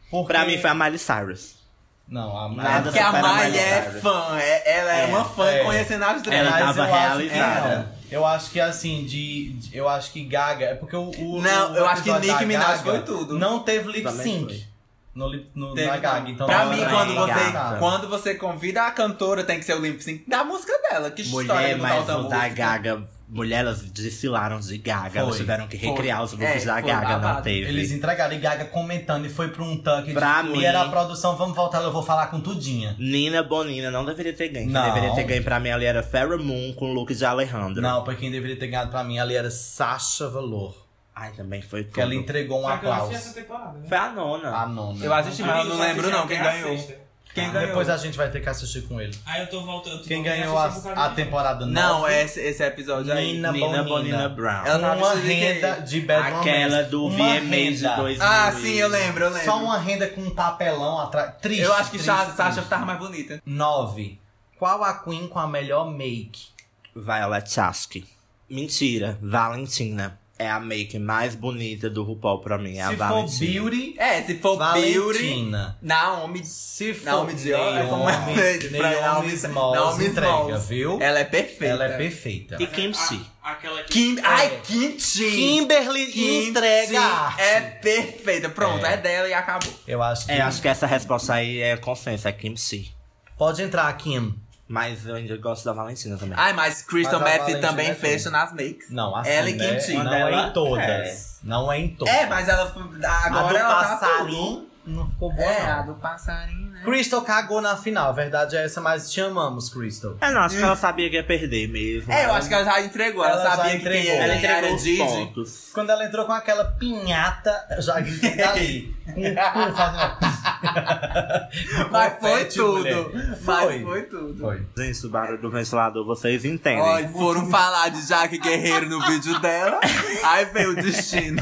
[SPEAKER 2] foi?
[SPEAKER 3] Porque...
[SPEAKER 2] Pra mim foi a Miley Cyrus.
[SPEAKER 3] Não, a
[SPEAKER 2] Nada
[SPEAKER 4] Porque a
[SPEAKER 2] supera a
[SPEAKER 4] Miley
[SPEAKER 2] Miley
[SPEAKER 4] é
[SPEAKER 2] Cyrus.
[SPEAKER 4] fã, é- ela é,
[SPEAKER 3] É,
[SPEAKER 4] uma fã
[SPEAKER 3] é.
[SPEAKER 4] conhecendo as
[SPEAKER 2] Ela
[SPEAKER 4] drags.
[SPEAKER 2] tava
[SPEAKER 3] eu acho-
[SPEAKER 2] realizada.
[SPEAKER 3] é, não. eu acho que assim, de, de- Eu acho que Gaga. É porque o. o-
[SPEAKER 4] Não,
[SPEAKER 3] o
[SPEAKER 4] eu acho que
[SPEAKER 3] episódio da
[SPEAKER 4] Nicki Minaj
[SPEAKER 3] Gaga
[SPEAKER 4] foi tudo.
[SPEAKER 3] Não teve lip
[SPEAKER 2] Também
[SPEAKER 3] sync.
[SPEAKER 2] foi.
[SPEAKER 3] No, lip- no,
[SPEAKER 4] Teve- né?
[SPEAKER 3] na Gaga. Então
[SPEAKER 4] pra
[SPEAKER 3] não
[SPEAKER 4] mim,
[SPEAKER 3] foi
[SPEAKER 4] quando
[SPEAKER 3] nada.
[SPEAKER 4] você,
[SPEAKER 2] Gaga.
[SPEAKER 4] quando você convida a cantora, tem que ser o lip sync da música dela. Que história
[SPEAKER 2] Mulher,
[SPEAKER 4] de
[SPEAKER 2] mas
[SPEAKER 4] botar outra
[SPEAKER 2] o da
[SPEAKER 4] música.
[SPEAKER 2] Gaga. Mulher, elas desfilaram de Gaga. Elas
[SPEAKER 3] Foi.
[SPEAKER 2] tiveram que
[SPEAKER 4] Foi.
[SPEAKER 2] recriar os looks
[SPEAKER 4] É,
[SPEAKER 2] da
[SPEAKER 4] foi
[SPEAKER 2] Gaga, não
[SPEAKER 4] babado.
[SPEAKER 2] teve.
[SPEAKER 3] Eles entregaram e Gaga comentando e foi pra um tuck
[SPEAKER 2] Pra
[SPEAKER 3] de
[SPEAKER 2] mim-
[SPEAKER 3] E era a produção, vamos voltar, eu vou falar com tudinha.
[SPEAKER 2] Nina Bonina não deveria ter ganho. Quem
[SPEAKER 3] Não.
[SPEAKER 2] deveria ter ganho pra mim ali era Farrah Moon com o look de Alejandro.
[SPEAKER 3] Não, pra quem deveria ter ganhado pra mim ali era Sasha Valor.
[SPEAKER 2] Ai, também foi tudo.
[SPEAKER 3] Que ela entregou um
[SPEAKER 5] Só que eu não assisti essa
[SPEAKER 3] aplauso.
[SPEAKER 5] temporada, né?
[SPEAKER 2] Foi a nona.
[SPEAKER 3] A nona.
[SPEAKER 4] Eu assisti, mas eu não
[SPEAKER 5] Amigos,
[SPEAKER 4] lembro
[SPEAKER 5] assisti
[SPEAKER 4] não quem
[SPEAKER 5] até a
[SPEAKER 4] ganhou.
[SPEAKER 5] sexta.
[SPEAKER 4] Quem ganhou?
[SPEAKER 3] Depois a gente vai ter que assistir com ele.
[SPEAKER 5] Aí eu tô voltando. eu tô
[SPEAKER 3] Quem
[SPEAKER 5] voltando
[SPEAKER 3] ganhou
[SPEAKER 5] a
[SPEAKER 3] a,
[SPEAKER 5] assistir por
[SPEAKER 3] a
[SPEAKER 5] causa dele.
[SPEAKER 3] temporada
[SPEAKER 4] Não, é
[SPEAKER 3] nove,
[SPEAKER 4] esse, esse episódio aí.
[SPEAKER 3] Nina,
[SPEAKER 2] Nina Bonina
[SPEAKER 3] Bonina
[SPEAKER 2] Brown.
[SPEAKER 4] Ela tava
[SPEAKER 3] uma
[SPEAKER 4] precisando de quê?
[SPEAKER 3] renda de Bad
[SPEAKER 2] Aquela
[SPEAKER 3] Romance.
[SPEAKER 2] do
[SPEAKER 3] Uma
[SPEAKER 2] VMA de
[SPEAKER 3] renda.
[SPEAKER 2] 2000.
[SPEAKER 4] Ah, sim, eu lembro, eu lembro.
[SPEAKER 3] Só uma renda com um papelão atrás. Triste.
[SPEAKER 4] Eu acho que tá-
[SPEAKER 3] triste,
[SPEAKER 4] Sasha, Sasha
[SPEAKER 3] triste.
[SPEAKER 4] tava mais bonita.
[SPEAKER 3] Nove. Qual a Queen com a melhor make?
[SPEAKER 2] Violet Chachki. Mentira, Valentina. É a make mais bonita do RuPaul pra mim. É a
[SPEAKER 3] Se for
[SPEAKER 2] Valentina.
[SPEAKER 3] Beauty,
[SPEAKER 4] É, se for Beauty,
[SPEAKER 3] Valentina.
[SPEAKER 4] Naomi.
[SPEAKER 3] Se for
[SPEAKER 4] Naomi Dior, é como é
[SPEAKER 3] Naomi,
[SPEAKER 4] pra
[SPEAKER 3] Naomi Smalls
[SPEAKER 4] Naomi
[SPEAKER 3] entrega,
[SPEAKER 4] Smalls.
[SPEAKER 3] viu?
[SPEAKER 4] Ela é perfeita.
[SPEAKER 3] Ela é perfeita.
[SPEAKER 2] E Kimchi.
[SPEAKER 5] A- Aquela que.
[SPEAKER 4] Kim, Ai, Kim Chi.
[SPEAKER 3] Kimberly
[SPEAKER 4] Kim Chi É perfeita. Pronto, é. dela e acabou.
[SPEAKER 3] Eu acho que...
[SPEAKER 2] É, acho que essa resposta aí é consenso, é Kimchi.
[SPEAKER 3] Pode entrar, Kim.
[SPEAKER 2] Mas eu ainda gosto da Valentina também.
[SPEAKER 4] Ai, mas Crystal
[SPEAKER 3] Mas a
[SPEAKER 4] Meth
[SPEAKER 3] Valentina
[SPEAKER 4] também
[SPEAKER 3] é
[SPEAKER 4] fecha
[SPEAKER 3] tudo.
[SPEAKER 4] nas makes.
[SPEAKER 3] Não, assim,
[SPEAKER 4] Ela e
[SPEAKER 3] né?
[SPEAKER 4] Kim Chi.
[SPEAKER 3] Não
[SPEAKER 2] Ela-
[SPEAKER 3] é em todas. Não é em todas.
[SPEAKER 4] É, mas ela.
[SPEAKER 3] a do
[SPEAKER 4] Agora ela tá.
[SPEAKER 3] passarinho não ficou boa,
[SPEAKER 4] tudo. É, a
[SPEAKER 3] não.
[SPEAKER 4] do passarinho, né?
[SPEAKER 3] Crystal cagou na final, a verdade é essa, mas te amamos, Crystal.
[SPEAKER 2] É, não, acho que ela sabia que ia perder mesmo.
[SPEAKER 4] É, eu acho que ela já entregou. Ela,
[SPEAKER 3] Ela já
[SPEAKER 4] sabia que quem
[SPEAKER 3] entregou.
[SPEAKER 4] ia
[SPEAKER 2] ela
[SPEAKER 4] ganhar era
[SPEAKER 2] entregou os
[SPEAKER 4] Didi.
[SPEAKER 2] pontos.
[SPEAKER 3] Quando ela entrou com aquela pinhata, eu já gritei dali. com o cu fazendo...
[SPEAKER 4] Mas foi
[SPEAKER 3] Confete,
[SPEAKER 4] tudo.
[SPEAKER 3] mulher.
[SPEAKER 4] Mas foi tudo.
[SPEAKER 3] Foi.
[SPEAKER 2] Gente, o barulho do ventilador, vocês entendem.
[SPEAKER 4] Olha, foram falar de Jaque Guerreiro no vídeo dela. Aí veio o destino.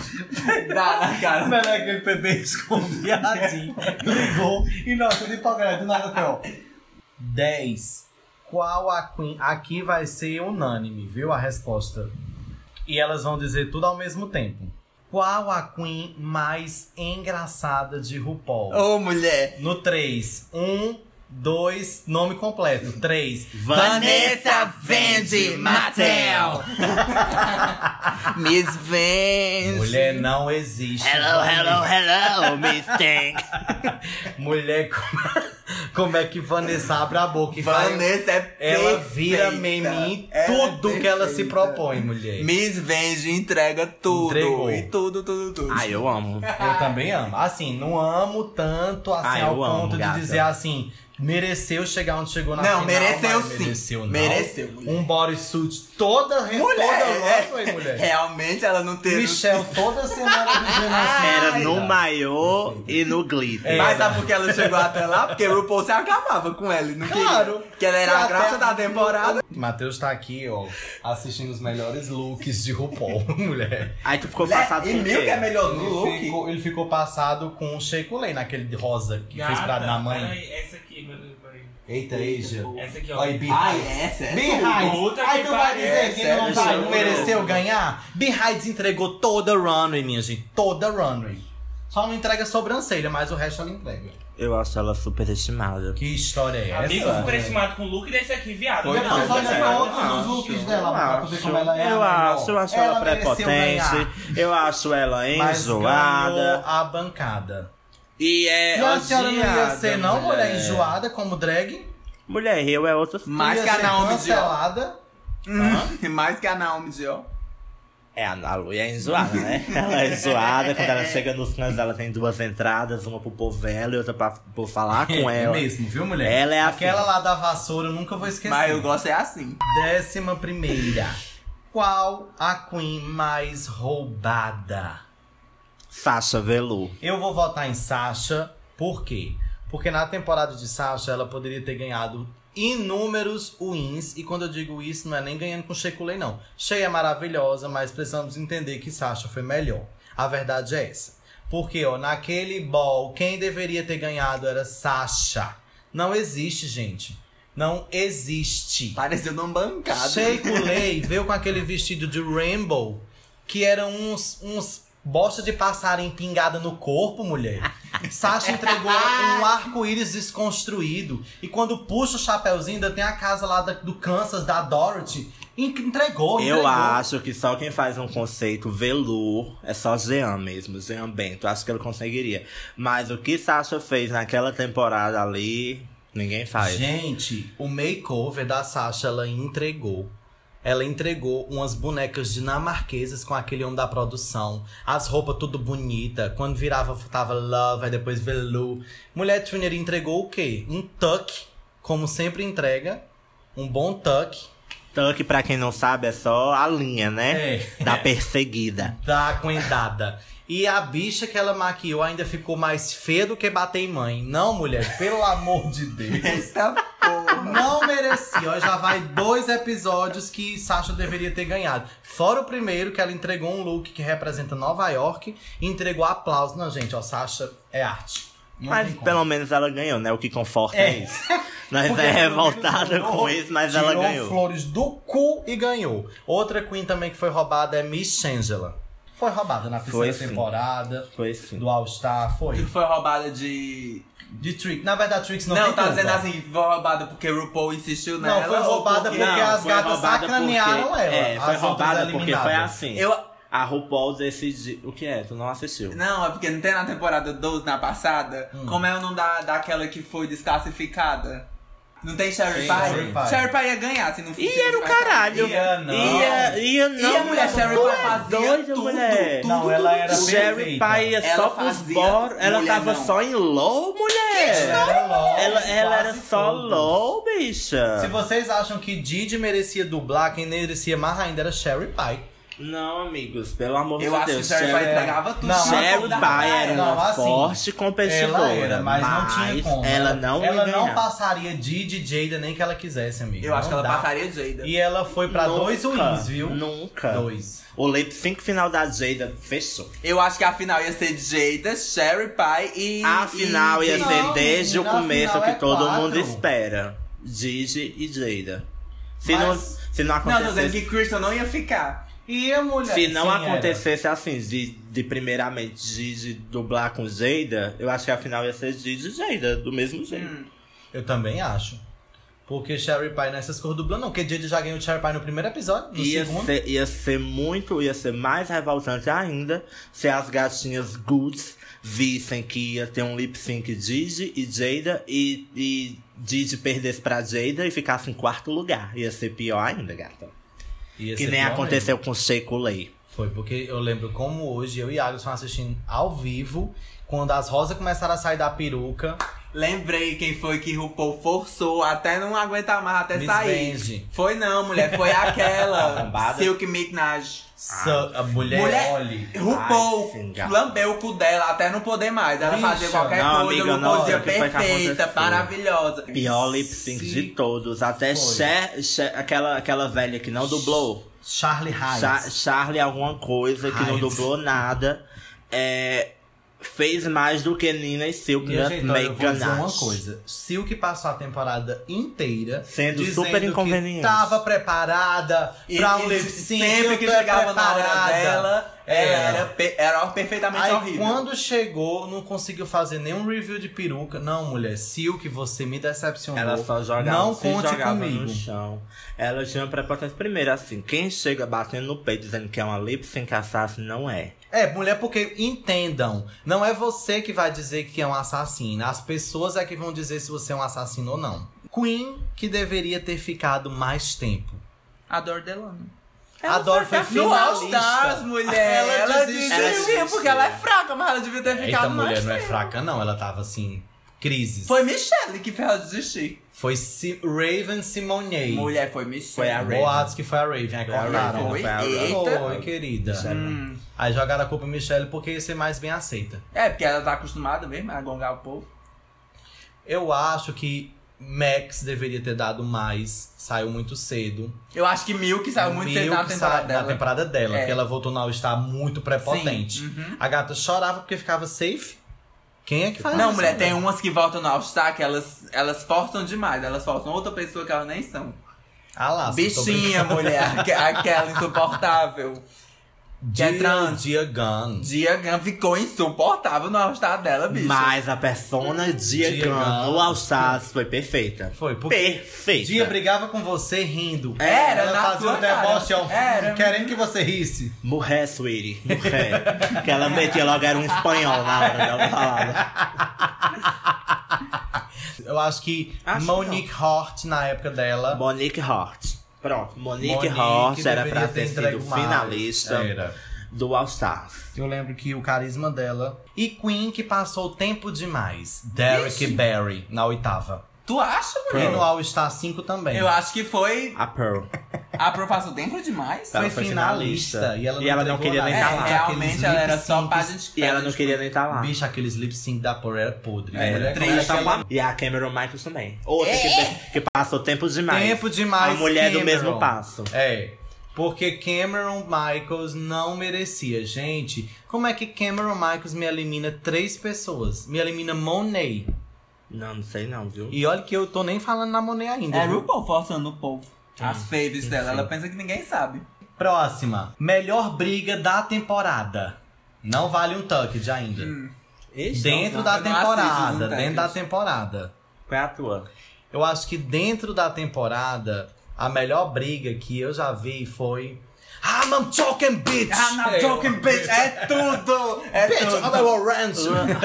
[SPEAKER 4] Dá na cara.
[SPEAKER 3] Mas é que ele bebê desconfiadinho. Ligou e não, tudo empolgado, né? do nada foi, ó. 10. Qual a Queen? Aqui vai ser unânime, viu? A resposta. E elas vão dizer tudo ao mesmo tempo. Qual a Queen mais engraçada de RuPaul?
[SPEAKER 4] Ô, mulher.
[SPEAKER 3] No 3. 1, 2, nome completo. 3.
[SPEAKER 4] Vanessa Vende Matel. Miss Vende.
[SPEAKER 3] Mulher não existe.
[SPEAKER 2] Hello, hello, hello, Miss Tank.
[SPEAKER 3] Mulher, como, como é que Vanessa abre a boca e fala?
[SPEAKER 4] Vanessa é
[SPEAKER 3] Ela
[SPEAKER 4] perfeita.
[SPEAKER 3] vira meme em
[SPEAKER 4] Ela é
[SPEAKER 3] tudo que ela se
[SPEAKER 4] perfeita.
[SPEAKER 3] propõe, mulher.
[SPEAKER 4] Miss Vende entrega tudo.
[SPEAKER 3] Entregou.
[SPEAKER 4] E tudo, tudo, tudo.
[SPEAKER 2] Ai, eu amo.
[SPEAKER 3] Eu também amo. Assim, não amo tanto assim
[SPEAKER 2] Ah,
[SPEAKER 3] ao
[SPEAKER 2] eu amo,
[SPEAKER 3] ponto de
[SPEAKER 2] gata.
[SPEAKER 3] dizer assim, mereceu chegar onde chegou na
[SPEAKER 4] Não,
[SPEAKER 3] final.
[SPEAKER 4] mereceu
[SPEAKER 3] mas
[SPEAKER 4] sim.
[SPEAKER 3] Mereceu, não.
[SPEAKER 4] Mereceu, mulher.
[SPEAKER 3] Um bodysuit toda,
[SPEAKER 4] mulher,
[SPEAKER 3] toda
[SPEAKER 4] é,
[SPEAKER 3] logo, hein, mulher.
[SPEAKER 4] Realmente ela não teve.
[SPEAKER 3] Michelle toda semana dizendo assim.
[SPEAKER 2] Era
[SPEAKER 3] "Ai,
[SPEAKER 2] no
[SPEAKER 3] tá."
[SPEAKER 2] maiô e no glitter.
[SPEAKER 4] Mas
[SPEAKER 3] Era.
[SPEAKER 4] sabe por que ela chegou até lá? Porque o RuPaul se acabava com ela. e Não queria.
[SPEAKER 3] Claro.
[SPEAKER 4] Que ela era a
[SPEAKER 3] Até-
[SPEAKER 4] graça da temporada.
[SPEAKER 3] Matheus tá aqui, ó, assistindo os melhores looks de RuPaul, mulher.
[SPEAKER 2] Aí tu ficou passado
[SPEAKER 4] e
[SPEAKER 2] com o
[SPEAKER 4] mil que é
[SPEAKER 2] quê?
[SPEAKER 4] melhor no
[SPEAKER 3] Ele
[SPEAKER 4] look.
[SPEAKER 3] ficou, ele ficou passado com o Shea Coulee, naquele de rosa que fez pra
[SPEAKER 4] Ah,
[SPEAKER 5] Gata,
[SPEAKER 4] tá.
[SPEAKER 3] na mãe.
[SPEAKER 5] peraí, Essa aqui, peraí, peraí.
[SPEAKER 3] Eita, Asia.
[SPEAKER 5] Essa aqui, ó.
[SPEAKER 3] Olha, Be
[SPEAKER 4] Ai,
[SPEAKER 3] Hides.
[SPEAKER 4] essa é
[SPEAKER 3] Be
[SPEAKER 4] tudo.
[SPEAKER 3] Hides.
[SPEAKER 5] Puta
[SPEAKER 3] Aí
[SPEAKER 5] que
[SPEAKER 3] tu vai
[SPEAKER 5] pariu,
[SPEAKER 3] dizer que
[SPEAKER 4] sério,
[SPEAKER 3] não vai,
[SPEAKER 4] juro.
[SPEAKER 3] não
[SPEAKER 4] é.
[SPEAKER 3] mereceu ganhar? Be Hides entregou toda a runway, minha gente. Toda a runway. Só não entrega a sobrancelha, mas o resto ela entrega.
[SPEAKER 2] Eu acho ela superestimada.
[SPEAKER 3] Que história é essa?
[SPEAKER 5] Amigo um superestimado com o look desse aqui, viado.
[SPEAKER 4] Foi,
[SPEAKER 5] Não,
[SPEAKER 4] não,
[SPEAKER 3] Depois olha
[SPEAKER 5] não,
[SPEAKER 4] foi,
[SPEAKER 5] não,
[SPEAKER 3] pra
[SPEAKER 4] eu
[SPEAKER 3] outros os
[SPEAKER 5] não.
[SPEAKER 3] looks dela, pra tu ver como ela é.
[SPEAKER 2] eu
[SPEAKER 3] a
[SPEAKER 2] acho, eu
[SPEAKER 3] melhor.
[SPEAKER 2] acho ela,
[SPEAKER 3] mereceu
[SPEAKER 2] prepotente.
[SPEAKER 3] ganhar,
[SPEAKER 2] Eu acho ela
[SPEAKER 3] Mas
[SPEAKER 2] enjoada.
[SPEAKER 3] ganhou a bancada.
[SPEAKER 2] E é.
[SPEAKER 3] e a senhora não ia
[SPEAKER 2] odiada, né?
[SPEAKER 3] ser, não, mulher
[SPEAKER 2] mulher
[SPEAKER 3] enjoada como drag?
[SPEAKER 2] Mulher, eu é outro.
[SPEAKER 4] Mais
[SPEAKER 3] Ia
[SPEAKER 4] que a
[SPEAKER 3] ser
[SPEAKER 4] Naomi Dior.
[SPEAKER 3] cancelada.
[SPEAKER 4] Hum, Mais que a Naomi Dior.
[SPEAKER 2] É, a a Lu é enjoada, né? Ela é enjoada, quando ela chega nos clãs, ela tem duas entradas, uma pro povo velho e outra pra, pra falar com
[SPEAKER 3] É
[SPEAKER 2] ela.
[SPEAKER 3] mesmo, viu, mulher?
[SPEAKER 2] Ela é
[SPEAKER 3] Aquela
[SPEAKER 2] assim.
[SPEAKER 3] lá da vassoura, eu nunca vou esquecer.
[SPEAKER 4] Mas eu gosto é assim.
[SPEAKER 3] Décima primeira. Qual a queen mais roubada?
[SPEAKER 2] Sasha Velu.
[SPEAKER 3] Eu vou votar em Sasha, por quê? Porque na temporada de Sasha ela poderia ter ganhado inúmeros wins, e quando eu digo isso, não é nem ganhando com Shekulei, não. Shea é maravilhosa, mas precisamos entender que Sasha foi melhor. A verdade é essa. Porque, ó, naquele ball, quem deveria ter ganhado era Sasha. Não existe, gente. Não existe.
[SPEAKER 4] Pareceu numa bancada.
[SPEAKER 3] Sheikulei veio com aquele vestido de rainbow, que eram uns, uns bosta de passarinho pingada no corpo, mulher. Sasha entregou um arco-íris desconstruído. E quando puxa o chapéuzinho, ainda tem a casa lá da- do Kansas, da Dorothy. En- Entregou, entregou.
[SPEAKER 2] Eu acho que só quem faz um conceito velour é só Jean mesmo, Jean Bento. Acho que ele conseguiria. Mas o que Sasha fez naquela temporada ali, ninguém faz.
[SPEAKER 3] Gente, o makeover da Sasha, ela entregou. Ela entregou umas bonecas dinamarquesas com aquele homem da produção. As roupas tudo bonita. Quando virava, tava love, aí depois velu. Mulher Trinity entregou o quê? Um tuck, como sempre entrega. Um bom tuck.
[SPEAKER 2] Tuck, Então, pra quem não sabe, é só a linha, né?
[SPEAKER 3] É.
[SPEAKER 2] Da perseguida.
[SPEAKER 3] Da coendada. E a bicha que ela maquiou ainda ficou mais feia do que bater em mãe. Não, mulher, pelo amor de Deus.
[SPEAKER 4] Eita porra.
[SPEAKER 3] Não merecia. Ó, já vai dois episódios que Sasha deveria ter ganhado. Fora o primeiro, que ela entregou um look que representa Nova York e entregou aplauso. Não, gente, ó, Sasha é arte. Não
[SPEAKER 2] Mas
[SPEAKER 3] tem como.
[SPEAKER 2] pelo menos ela ganhou, né? O que conforta é,
[SPEAKER 3] É.
[SPEAKER 2] isso. Nós é
[SPEAKER 3] Porque pelo menos
[SPEAKER 2] revoltada
[SPEAKER 3] tirou-
[SPEAKER 2] com isso, mas ela
[SPEAKER 3] tirou
[SPEAKER 2] ganhou.
[SPEAKER 3] flores do cu e ganhou. Outra queen também que foi roubada é Miss Angela. Foi roubada na terceira
[SPEAKER 2] Foi, sim.
[SPEAKER 3] temporada
[SPEAKER 2] Foi assim. sim.
[SPEAKER 3] do All Star,
[SPEAKER 4] Que
[SPEAKER 3] foi.
[SPEAKER 4] foi roubada de.
[SPEAKER 3] De Trix. Na verdade, a Trix não
[SPEAKER 4] Não,
[SPEAKER 3] tem
[SPEAKER 4] tá
[SPEAKER 3] culpa.
[SPEAKER 4] dizendo assim, foi roubada porque o RuPaul insistiu
[SPEAKER 3] Não,
[SPEAKER 4] nela.
[SPEAKER 3] foi
[SPEAKER 4] ou
[SPEAKER 3] roubada porque,
[SPEAKER 4] porque-
[SPEAKER 2] Não,
[SPEAKER 3] as
[SPEAKER 2] foi
[SPEAKER 3] gatas
[SPEAKER 2] roubada
[SPEAKER 3] sacanearam
[SPEAKER 2] porque-
[SPEAKER 3] ela.
[SPEAKER 2] É, foi
[SPEAKER 3] as outras
[SPEAKER 2] roubada porque foi
[SPEAKER 3] eliminadas.
[SPEAKER 2] assim.
[SPEAKER 4] Eu-
[SPEAKER 2] A RuPaul decidiu. O que é? Tu não assistiu?
[SPEAKER 4] Não, é porque não tem na temporada 12, na passada,
[SPEAKER 3] Hum.
[SPEAKER 4] como é o nome da, daquela que foi desclassificada? Não tem Sherry
[SPEAKER 3] Sim, Sherry
[SPEAKER 4] Pie?
[SPEAKER 3] Pie.
[SPEAKER 4] Sherry Pie ia ganhar, se não fosse.
[SPEAKER 2] E era o
[SPEAKER 4] Sherry Pie.
[SPEAKER 2] caralho.
[SPEAKER 3] Ia não.
[SPEAKER 2] Ia, ia
[SPEAKER 4] E
[SPEAKER 2] não.
[SPEAKER 4] a mulher Sherry
[SPEAKER 2] Tu
[SPEAKER 4] Pie
[SPEAKER 2] é
[SPEAKER 4] fazia
[SPEAKER 2] doida,
[SPEAKER 4] tudo,
[SPEAKER 2] mulher.
[SPEAKER 4] tudo,
[SPEAKER 3] Não,
[SPEAKER 4] tudo,
[SPEAKER 3] ela era
[SPEAKER 4] tudo.
[SPEAKER 2] Sherry
[SPEAKER 3] perfeita.
[SPEAKER 2] Pie ia
[SPEAKER 4] Ela
[SPEAKER 2] só pros
[SPEAKER 4] fazia
[SPEAKER 2] bora.
[SPEAKER 4] tudo.
[SPEAKER 2] Ela
[SPEAKER 4] Mulher,
[SPEAKER 2] tava
[SPEAKER 4] não.
[SPEAKER 2] só em low, mulher.
[SPEAKER 3] Era LOL,
[SPEAKER 2] Ela, ela era
[SPEAKER 3] quase
[SPEAKER 2] só
[SPEAKER 3] todos.
[SPEAKER 2] low, bicha.
[SPEAKER 3] é Se vocês acham que Didi merecia dublar, quem merecia mais ainda era Sherry Pie.
[SPEAKER 2] Não, amigos, pelo amor de
[SPEAKER 4] Eu acho que
[SPEAKER 2] Deus.
[SPEAKER 4] Sherry Pie
[SPEAKER 2] Pie-
[SPEAKER 4] entregava tudo.
[SPEAKER 3] Não,
[SPEAKER 2] Sherry
[SPEAKER 4] Não,
[SPEAKER 2] Pie era
[SPEAKER 3] não,
[SPEAKER 2] uma
[SPEAKER 3] assim,
[SPEAKER 2] forte competidora.
[SPEAKER 3] Ela era, mas, não tinha como.
[SPEAKER 2] tipo, Ela não
[SPEAKER 3] Ela
[SPEAKER 2] ia
[SPEAKER 3] não
[SPEAKER 2] ganhar.
[SPEAKER 3] passaria Didi Jada nem que ela quisesse, amigo.
[SPEAKER 4] Eu acho que
[SPEAKER 3] Não
[SPEAKER 4] ela
[SPEAKER 3] dá.
[SPEAKER 4] passaria Jada.
[SPEAKER 3] E ela foi pra Tá dois
[SPEAKER 2] Nunca,
[SPEAKER 3] wins, viu?
[SPEAKER 2] Nunca.
[SPEAKER 3] Dois.
[SPEAKER 2] O lip sync final da Jada fechou.
[SPEAKER 4] Eu acho que a final ia ser Jada, Sherry Pie e.
[SPEAKER 2] A final
[SPEAKER 4] e
[SPEAKER 2] ia
[SPEAKER 4] Jada.
[SPEAKER 2] ser
[SPEAKER 3] Não,
[SPEAKER 2] desde o
[SPEAKER 3] menina, a
[SPEAKER 2] começo
[SPEAKER 3] final
[SPEAKER 2] que
[SPEAKER 3] é
[SPEAKER 2] todo
[SPEAKER 3] quatro.
[SPEAKER 2] mundo espera. Gigi e Jada. Se,
[SPEAKER 3] Mas-
[SPEAKER 2] não, se não
[SPEAKER 4] Não, tô dizendo
[SPEAKER 2] acontecesse,
[SPEAKER 4] que Crystal não ia ficar.
[SPEAKER 3] E a mulher.
[SPEAKER 2] se não
[SPEAKER 3] Sim, era.
[SPEAKER 2] acontecesse assim, de, de primeiramente Gigi dublar com Jada, eu acho que a final ia ser Gigi e Jada, do mesmo jeito.
[SPEAKER 3] Eu também acho. Porque Sherry Pie nessas cores dublando, não. Porque Didi já ganhou Sherry Pie no primeiro episódio, no
[SPEAKER 2] Ia
[SPEAKER 3] segundo.
[SPEAKER 2] ser, ia ser muito, ia ser mais revoltante ainda se as gatinhas Goods vissem que ia ter um lip sync Digi e Jada e, e Didi perdesse pra Jada e ficasse em quarto lugar. Ia ser pior ainda, gata.
[SPEAKER 3] Ia
[SPEAKER 2] que
[SPEAKER 3] ser
[SPEAKER 2] nem
[SPEAKER 3] pior
[SPEAKER 2] aconteceu com Sheiko Lei.
[SPEAKER 3] Foi porque eu lembro como hoje eu e Alisson assistindo ao vivo, quando as rosas começaram a sair da peruca.
[SPEAKER 4] Lembrei quem foi que RuPaul forçou até não aguentar mais, até
[SPEAKER 3] Miss
[SPEAKER 4] sair.
[SPEAKER 3] Benji.
[SPEAKER 4] Foi não, mulher, foi aquela.
[SPEAKER 2] Arrombada.
[SPEAKER 4] Silk Minaj.
[SPEAKER 3] sa- a mulher,
[SPEAKER 4] Ah, Mulher,
[SPEAKER 3] olhe.
[SPEAKER 4] RuPaul
[SPEAKER 2] Ai, sim, gata.
[SPEAKER 4] lambeu o cu dela até não poder mais. Ela
[SPEAKER 3] Bicha.
[SPEAKER 4] fazia qualquer
[SPEAKER 2] Não,
[SPEAKER 4] coisa,
[SPEAKER 2] amiga,
[SPEAKER 4] RuPaul
[SPEAKER 2] não,
[SPEAKER 4] dizia
[SPEAKER 2] o que foi que
[SPEAKER 4] perfeita,
[SPEAKER 2] aconteceu?
[SPEAKER 4] maravilhosa.
[SPEAKER 2] Pior lip sync de todos. Até
[SPEAKER 3] Foi.
[SPEAKER 2] Cher, Cher- aquela, aquela velha que não dublou.
[SPEAKER 3] Charlie Hyde.
[SPEAKER 2] Cha Charlie é alguma coisa que não
[SPEAKER 3] Heinz.
[SPEAKER 2] dublou nada. É, fez mais do que Nina e Silk né?
[SPEAKER 3] E, gente, olha, eu vou dizer uma
[SPEAKER 2] Meganage.
[SPEAKER 3] coisa. Silk passou a temporada inteira
[SPEAKER 2] Sendo
[SPEAKER 3] dizendo
[SPEAKER 2] super inconveniente.
[SPEAKER 3] Que tava preparada
[SPEAKER 4] E-
[SPEAKER 3] pra
[SPEAKER 4] e
[SPEAKER 3] um lip sync.
[SPEAKER 4] Sempre que
[SPEAKER 3] eu tô
[SPEAKER 4] chegava na hora
[SPEAKER 3] preparada.
[SPEAKER 4] dela,
[SPEAKER 2] É.
[SPEAKER 4] ela
[SPEAKER 3] Era.
[SPEAKER 4] era, pe- era perfeitamente
[SPEAKER 3] Aí
[SPEAKER 4] horrível.
[SPEAKER 3] quando chegou, não conseguiu fazer nenhum review de peruca. Não, mulher, Silk, você me decepcionou.
[SPEAKER 2] Ela só jogava,
[SPEAKER 3] Não
[SPEAKER 2] se
[SPEAKER 3] conte
[SPEAKER 2] jogava
[SPEAKER 3] comigo.
[SPEAKER 2] no chão. Ela tinha prepotência. Primeiro, assim, quem chega batendo no peito dizendo que é uma lip sync assassin não é.
[SPEAKER 3] É, mulher, porque entendam. Não é você que vai dizer que é um assassino. As pessoas é que vão dizer se você é um assassino ou não. Queen, que deveria ter ficado mais tempo.
[SPEAKER 4] Adoro Delano.
[SPEAKER 3] a Dor foi
[SPEAKER 4] No All Stars,
[SPEAKER 3] finalista.
[SPEAKER 4] mulher.
[SPEAKER 3] Ela
[SPEAKER 4] Ela,
[SPEAKER 3] desistiu.
[SPEAKER 4] desistiu porque ela é fraca, mas ela devia ter
[SPEAKER 3] Eita,
[SPEAKER 4] ficado mais
[SPEAKER 3] mulher não é
[SPEAKER 4] tempo.
[SPEAKER 3] fraca, não. Ela tava assim, crises.
[SPEAKER 4] Foi Michelle que fez ela desistir.
[SPEAKER 3] Foi Si- Raven Simonier.
[SPEAKER 4] Mulher, foi Michelle.
[SPEAKER 2] Foi a Raven.
[SPEAKER 3] Boatos que foi a Raven, acordaram.
[SPEAKER 4] Raven, foi
[SPEAKER 3] É, Foi,
[SPEAKER 4] a Raven.
[SPEAKER 3] Foi, Hum, querida.
[SPEAKER 2] é
[SPEAKER 3] Aí jogaram a culpa em Michelle porque ia ser mais bem aceita.
[SPEAKER 4] Hum. É, porque ela tá acostumada mesmo a gongar o povo.
[SPEAKER 3] Eu acho que Max deveria ter dado mais. Saiu muito cedo.
[SPEAKER 4] Eu acho que Milk saiu muito cedo na
[SPEAKER 3] Milk
[SPEAKER 4] temporada
[SPEAKER 3] saiu
[SPEAKER 4] dela.
[SPEAKER 3] na temporada dela,
[SPEAKER 4] É.
[SPEAKER 3] porque ela voltou no All-Star muito prepotente.
[SPEAKER 4] Sim, uhum.
[SPEAKER 3] A gata chorava porque ficava safe. Quem é que faz
[SPEAKER 4] Não,
[SPEAKER 3] isso,
[SPEAKER 4] mulher, tem umas que voltam no All-Star que elas, elas forçam demais. Elas forçam outra pessoa que elas nem são. um
[SPEAKER 3] Ah lá,
[SPEAKER 4] Bichinha, mulher. aque- Aquela insuportável. que é
[SPEAKER 3] Dia,
[SPEAKER 4] trans.
[SPEAKER 3] Dia Gun.
[SPEAKER 4] Diagan ficou insuportável no All-Star dela, bicho.
[SPEAKER 2] Mas a persona Diagram
[SPEAKER 3] Diagram.
[SPEAKER 2] no Alsace foi perfeita.
[SPEAKER 3] Foi, porque
[SPEAKER 2] Perfeita.
[SPEAKER 3] Dia brigava com você rindo.
[SPEAKER 4] Era,
[SPEAKER 3] Ela
[SPEAKER 4] na
[SPEAKER 3] fazia
[SPEAKER 4] sua
[SPEAKER 3] um deboche
[SPEAKER 4] cara.
[SPEAKER 3] ao
[SPEAKER 4] Era.
[SPEAKER 3] querendo que você risse.
[SPEAKER 2] Morré, sweetie. Morré. que ela metia logo, era um espanhol na hora dela falar.
[SPEAKER 3] Eu acho que
[SPEAKER 2] Acho que
[SPEAKER 3] Monique Hort, na época dela,
[SPEAKER 2] Monique Hort. Pronto, Monique,
[SPEAKER 3] Monique
[SPEAKER 2] Hort era pra
[SPEAKER 3] deveria ter
[SPEAKER 2] ter sido
[SPEAKER 3] entregue mais.
[SPEAKER 2] finalista
[SPEAKER 3] Era.
[SPEAKER 2] do All Stars.
[SPEAKER 3] eu lembro que o carisma dela. E Queen, que passou tempo demais. Derek Barry, na oitava.
[SPEAKER 4] Tu acha, mulher?
[SPEAKER 3] E no All Star 5 também.
[SPEAKER 4] Eu acho que foi
[SPEAKER 2] A Pearl.
[SPEAKER 4] a aprovação dentro demais.
[SPEAKER 2] Tá.
[SPEAKER 3] foi,
[SPEAKER 2] ela foi
[SPEAKER 3] finalista.
[SPEAKER 2] finalista.
[SPEAKER 3] E ela não,
[SPEAKER 2] E ela não
[SPEAKER 3] entregou
[SPEAKER 2] queria
[SPEAKER 3] nada.
[SPEAKER 2] nem
[SPEAKER 4] É,
[SPEAKER 2] tá lá.
[SPEAKER 4] realmente ela era só pra gente...
[SPEAKER 2] E ela não queria nem estar lá.
[SPEAKER 3] Bicho, aqueles lip sync da Pore era podre.
[SPEAKER 4] É,
[SPEAKER 3] Mulher,
[SPEAKER 4] triste.
[SPEAKER 3] quando ela tá
[SPEAKER 2] E a Cameron Michaels também. Outra que, que passou tempo demais.
[SPEAKER 3] Tempo demais,
[SPEAKER 2] A mulher do
[SPEAKER 3] Cameron.
[SPEAKER 2] mesmo passo.
[SPEAKER 3] É. Porque Cameron Michaels não merecia. Gente, como é que Cameron Michaels me elimina três pessoas? Me elimina Monet.
[SPEAKER 2] Não, não sei não, viu?
[SPEAKER 3] E olha que eu tô nem falando na Monet ainda.
[SPEAKER 4] É
[SPEAKER 3] viu? Hum,
[SPEAKER 4] RuPaul forçando o povo. As faves dela, ela pensa que ninguém sabe.
[SPEAKER 3] Próxima. Melhor briga da temporada. Não vale um tucket ainda.
[SPEAKER 2] Ixi,
[SPEAKER 3] Dentro
[SPEAKER 2] não,
[SPEAKER 3] da
[SPEAKER 4] eu Hum. não assisto os
[SPEAKER 3] temporada.
[SPEAKER 4] untucked.
[SPEAKER 3] Dentro da temporada.
[SPEAKER 2] Qual é a tua?
[SPEAKER 3] Eu acho que dentro da temporada, a melhor briga que eu já vi foi. I'm a talking bitch!
[SPEAKER 4] Ah, na
[SPEAKER 3] É.
[SPEAKER 4] joking bitch, é tudo! É
[SPEAKER 3] Bitch,
[SPEAKER 4] tudo.
[SPEAKER 3] I'm a orange!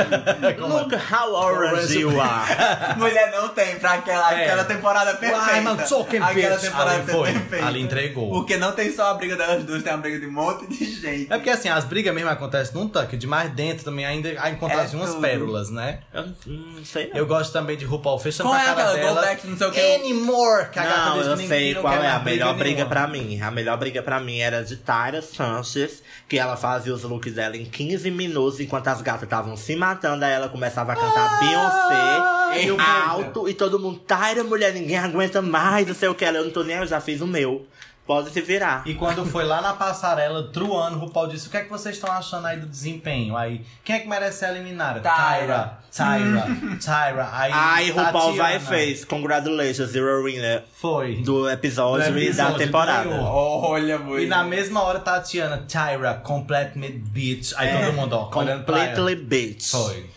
[SPEAKER 3] Como é?
[SPEAKER 2] Look how orange
[SPEAKER 3] Orange.
[SPEAKER 2] you are.
[SPEAKER 4] Mulher não tem pra aquela,
[SPEAKER 3] É.
[SPEAKER 4] aquela temporada perfeita.
[SPEAKER 3] I'm a talking
[SPEAKER 4] aquela
[SPEAKER 3] bitch.
[SPEAKER 4] temporada é
[SPEAKER 3] Ali foi.
[SPEAKER 4] perfeita.
[SPEAKER 3] Ali entregou.
[SPEAKER 4] Porque não tem só a briga delas duas, tem a briga de um monte de gente.
[SPEAKER 3] É porque assim, as brigas mesmo acontecem num tuck, de mais dentro também ainda há encontrado
[SPEAKER 4] É
[SPEAKER 3] umas
[SPEAKER 4] tudo.
[SPEAKER 3] pérolas, né?
[SPEAKER 2] Eu não não sei não.
[SPEAKER 3] Eu gosto também de RuPaul fechando
[SPEAKER 4] Qual
[SPEAKER 3] a
[SPEAKER 4] é
[SPEAKER 3] cara
[SPEAKER 4] aquela?
[SPEAKER 3] dela.
[SPEAKER 4] Go back, não sei o quê.
[SPEAKER 3] Anymore, que a gata
[SPEAKER 2] não,
[SPEAKER 3] diz
[SPEAKER 2] eu
[SPEAKER 3] que ninguém
[SPEAKER 2] sei
[SPEAKER 3] não
[SPEAKER 2] qual
[SPEAKER 3] quer
[SPEAKER 2] é a
[SPEAKER 3] mais
[SPEAKER 2] melhor briga
[SPEAKER 3] nenhuma.
[SPEAKER 2] pra mim. A melhor briga pra mim era de Tyra Sanchez, que ela fazia os looks dela em 15 minutos, enquanto as gatas estavam se matando, aí ela começava a
[SPEAKER 3] Ah,
[SPEAKER 2] cantar Beyoncé
[SPEAKER 4] eu
[SPEAKER 2] em
[SPEAKER 4] vou ver.
[SPEAKER 2] alto, e todo mundo, Tyra, mulher, ninguém aguenta mais, não sei o que. Ela, eu não tô nem, eu já fiz o meu. Pode se virar.
[SPEAKER 3] E quando foi lá na passarela, truando, o RuPaul disse: O que é que vocês estão achando aí do desempenho? Aí, quem é que merece ser eliminada?
[SPEAKER 4] Tyra.
[SPEAKER 3] Tyra. Tyra. Tyra. Aí,
[SPEAKER 2] Ai, RuPaul vai e
[SPEAKER 3] Tatiana.
[SPEAKER 2] fez. Congratulations, you're a winner
[SPEAKER 3] Foi.
[SPEAKER 2] do episódio,
[SPEAKER 3] Do
[SPEAKER 2] e da
[SPEAKER 3] episódio, né?
[SPEAKER 2] temporada.
[SPEAKER 3] ganhou.
[SPEAKER 4] Olha, mulher.
[SPEAKER 3] E na mesma hora, Tatiana, Tyra, complete me bitch. Aí todo mundo, ó, olhando pra ela.
[SPEAKER 2] Completely bitch.
[SPEAKER 3] Foi.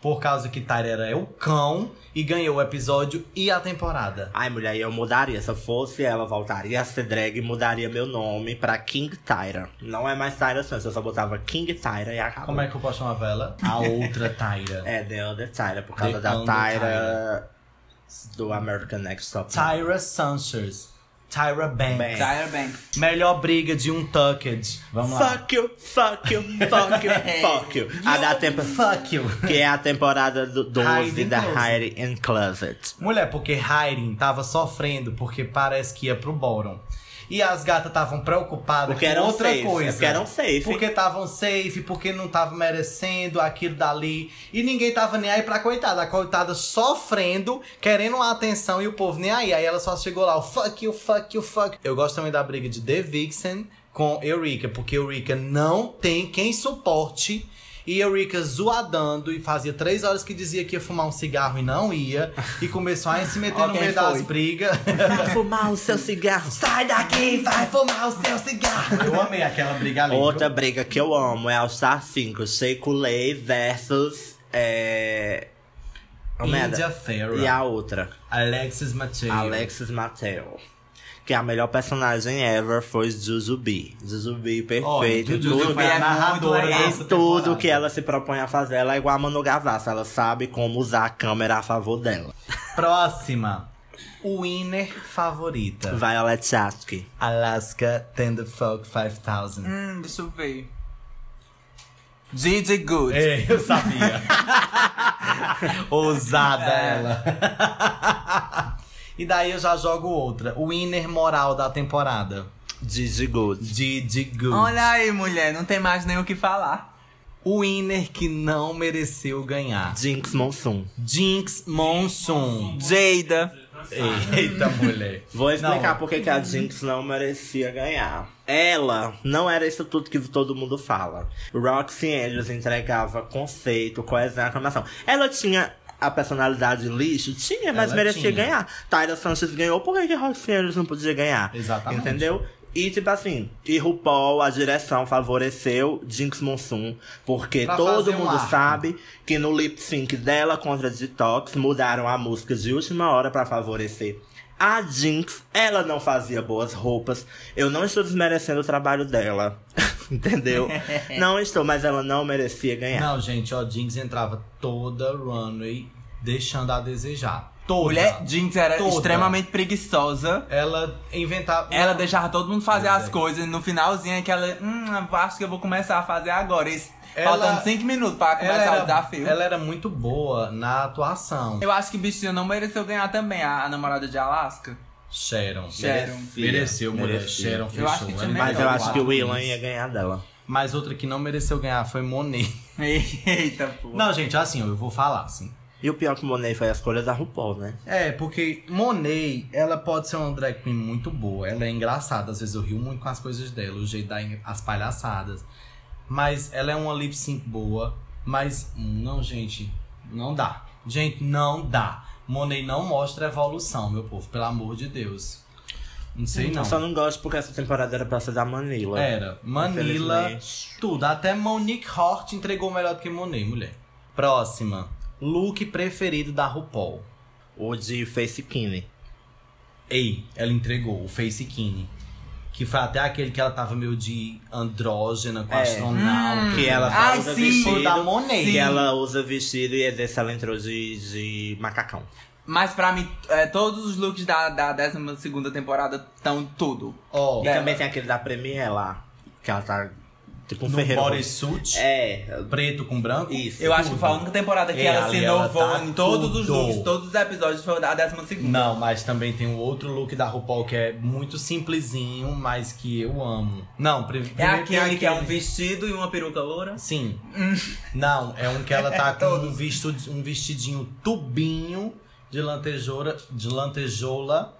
[SPEAKER 3] Por causa que Tyra é o cão e ganhou o episódio e a temporada.
[SPEAKER 2] Ai, mulher, eu mudaria. Se eu fosse ela, voltaria a ser drag e mudaria meu nome pra King Tyra. Não é mais Tyra Santos, eu só botava King Tyra e acabou.
[SPEAKER 3] Como é que eu posso chamar ela? A outra Tyra.
[SPEAKER 2] É, The Other Tyra, por causa
[SPEAKER 3] The
[SPEAKER 2] da
[SPEAKER 3] Under
[SPEAKER 2] Tyra,
[SPEAKER 3] Tyra.
[SPEAKER 2] do American Next Top.
[SPEAKER 3] Tyra Sanchez. Tyra Banks.
[SPEAKER 2] Banks.
[SPEAKER 4] Tyra Banks.
[SPEAKER 3] Melhor briga de um Tucked. Vamos lá.
[SPEAKER 2] Fuck you, fuck you, fuck you, fuck you. A da
[SPEAKER 3] é
[SPEAKER 2] tempo...
[SPEAKER 3] Fuck you.
[SPEAKER 2] Que é a temporada do 12
[SPEAKER 3] Hide in
[SPEAKER 2] da
[SPEAKER 3] Closet.
[SPEAKER 2] Hide in Closet.
[SPEAKER 3] Mulher, porque Hayden tava sofrendo porque parece que ia pro bórum. E as gatas estavam preocupadas
[SPEAKER 2] Porque
[SPEAKER 3] com
[SPEAKER 2] eram
[SPEAKER 3] outra
[SPEAKER 2] safe,
[SPEAKER 3] coisa.
[SPEAKER 2] é porque eram safe.
[SPEAKER 3] Porque estavam safe, porque não tava merecendo aquilo dali. E ninguém tava nem aí pra coitada. A coitada sofrendo, querendo uma atenção e o povo nem aí. Aí ela só chegou lá, o fuck you, fuck you, fuck. you. Eu gosto também da briga de The Vixen com Eureka, porque Eureka não tem quem suporte. E Eureka zoadando, e fazia três horas que dizia que ia fumar um cigarro e não ia. E começou a se meter no
[SPEAKER 4] Alguém
[SPEAKER 3] meio
[SPEAKER 4] foi.
[SPEAKER 3] das brigas.
[SPEAKER 2] Vai fumar o seu cigarro.
[SPEAKER 3] Sai daqui, vai fumar o seu cigarro. Eu amei aquela briga ali.
[SPEAKER 2] Outra briga que eu amo é All Star 5, Sheikulei versus. É...
[SPEAKER 3] viu?
[SPEAKER 2] Almeida.
[SPEAKER 3] India Ferrer.
[SPEAKER 2] E a outra,
[SPEAKER 3] Alexis Matei.
[SPEAKER 2] Alexis Mateo. que a melhor personagem ever foi Jujubi. Jujubi perfeito,
[SPEAKER 3] Olha,
[SPEAKER 2] tudo.
[SPEAKER 3] Jujubi é narradora
[SPEAKER 2] em
[SPEAKER 3] dessa
[SPEAKER 2] tudo
[SPEAKER 3] temporada.
[SPEAKER 2] que ela se propõe a fazer, ela é igual a Manu Gavassi. Ela sabe como usar a câmera a favor dela.
[SPEAKER 3] Próxima. Winner favorita.
[SPEAKER 2] Violet Chachki.
[SPEAKER 3] Alaska Tender Folk 5000.
[SPEAKER 4] Hum, deixa eu ver. Gigi Good.
[SPEAKER 3] É, eu sabia. Ousada
[SPEAKER 2] É.
[SPEAKER 3] ela. e daí eu já jogo outra. Winner moral da temporada.
[SPEAKER 2] Gigi Good.
[SPEAKER 3] Didi Good.
[SPEAKER 4] Olha aí, mulher, não tem mais nem o que falar.
[SPEAKER 3] O winner que não mereceu ganhar.
[SPEAKER 2] Jinx Monsoon.
[SPEAKER 3] Jinx Monsoon.
[SPEAKER 4] Jada.
[SPEAKER 3] Eita, mulher.
[SPEAKER 2] Vou explicar
[SPEAKER 3] Não.
[SPEAKER 2] por que que a Jinx não merecia ganhar. Ela não era isso tudo que todo mundo fala. Roxy Andrews entregava conceito, coesão, aclamação. Ela tinha a personalidade lixo? Tinha, mas
[SPEAKER 3] Ela
[SPEAKER 2] merecia
[SPEAKER 3] tinha.
[SPEAKER 2] ganhar. Tyra Sanchez ganhou, por que, que Roxy Andrews não podia ganhar?
[SPEAKER 3] Exatamente.
[SPEAKER 2] Entendeu? E tipo assim, e RuPaul, a direção favoreceu Jinx Monsoon, porque
[SPEAKER 3] Pra
[SPEAKER 2] todo
[SPEAKER 3] fazer um
[SPEAKER 2] mundo
[SPEAKER 3] arco.
[SPEAKER 2] sabe que no lip sync dela contra Detox mudaram a música de última hora pra favorecer a Jinx. Ela não fazia boas roupas. Eu não estou desmerecendo o trabalho dela, entendeu? não estou, mas ela não merecia
[SPEAKER 4] É.
[SPEAKER 2] ganhar.
[SPEAKER 3] Não, gente, ó, Jinx entrava toda runway deixando a desejar. Toda.
[SPEAKER 4] Mulher, Jinx era
[SPEAKER 3] Toda.
[SPEAKER 4] extremamente preguiçosa.
[SPEAKER 3] Ela inventava.
[SPEAKER 4] Ela deixava todo mundo fazer
[SPEAKER 3] Pois
[SPEAKER 4] as
[SPEAKER 3] é.
[SPEAKER 4] coisas. No finalzinho é que ela, hum, eu acho que eu vou começar a fazer agora. Isso,
[SPEAKER 3] Ela-
[SPEAKER 4] Faltando 5 minutos pra
[SPEAKER 3] Ela
[SPEAKER 4] começar o desafio.
[SPEAKER 3] Ela era muito boa na atuação.
[SPEAKER 4] Eu acho que bichinha não mereceu ganhar também, a, a namorada de Alaska.
[SPEAKER 3] Sharon.
[SPEAKER 4] Sharon.
[SPEAKER 3] Mereceu, mulher.
[SPEAKER 2] merecia.
[SPEAKER 3] Sharon fechou.
[SPEAKER 4] acho que tinha
[SPEAKER 3] Ela
[SPEAKER 2] Mas eu
[SPEAKER 3] entregou
[SPEAKER 4] melhor,
[SPEAKER 2] acho que
[SPEAKER 3] quatro
[SPEAKER 2] o Willan
[SPEAKER 3] wins.
[SPEAKER 2] ia ganhar dela.
[SPEAKER 3] Mas outra que não mereceu ganhar foi Monet.
[SPEAKER 4] Eita, pô.
[SPEAKER 3] Não, gente, assim, eu vou falar, assim.
[SPEAKER 2] E o pior que Monet foi a escolha da RuPaul, né?
[SPEAKER 3] É, porque Monet, ela pode ser uma drag queen muito boa. Ela é engraçada, às vezes eu rio muito com as coisas dela, o jeito das as palhaçadas. Mas ela é uma lip sync boa. Mas, hum, não, gente, não dá. Gente, não dá. Monet não mostra evolução, meu povo, pelo amor de Deus. Não sei, não.
[SPEAKER 2] Eu só não gosto porque essa temporada era pra ser da Manila.
[SPEAKER 3] Era. Manila,
[SPEAKER 2] Infelizmente.
[SPEAKER 3] tudo. Até Monique Hort entregou melhor do que Monet, mulher. Próxima. Look preferido da RuPaul.
[SPEAKER 2] O de Face Kine.
[SPEAKER 3] Ei, ela entregou o Face Kine. Que foi até aquele que ela tava meio de andrógena com
[SPEAKER 2] É.
[SPEAKER 3] astronauta.
[SPEAKER 2] Que ela só
[SPEAKER 4] Ai,
[SPEAKER 2] usa
[SPEAKER 4] Hum. Ah, sim,
[SPEAKER 2] vestido.
[SPEAKER 3] foi da Monet.
[SPEAKER 2] Que
[SPEAKER 3] Sim.
[SPEAKER 2] ela usa vestido e é desse ela entrou de, de macacão.
[SPEAKER 4] Mas pra mim, é, todos os looks da, da 12 temporada estão tudo.
[SPEAKER 3] Ó,
[SPEAKER 2] E também tem aquele da Premiere lá. Que ela tá tipo um
[SPEAKER 3] no
[SPEAKER 2] ferreiro.
[SPEAKER 3] bodysuit,
[SPEAKER 2] É.
[SPEAKER 3] preto com branco.
[SPEAKER 2] Isso.
[SPEAKER 4] Eu acho que foi a única temporada que
[SPEAKER 3] Ei,
[SPEAKER 4] ela se
[SPEAKER 3] ali ela
[SPEAKER 4] inovou
[SPEAKER 3] tá
[SPEAKER 4] em todos os
[SPEAKER 3] tudo.
[SPEAKER 4] looks, todos os episódios foi a 12.
[SPEAKER 3] Não, mas também tem um outro look da RuPaul que é muito simplesinho, mas que eu amo. Não, pri-
[SPEAKER 4] É
[SPEAKER 3] primeiro tem
[SPEAKER 4] aquele que é um vestido e uma peruca loura?
[SPEAKER 3] Sim. Não, Hum. é um que ela tá com um, visto, um vestidinho tubinho de lantejoura, de lantejoula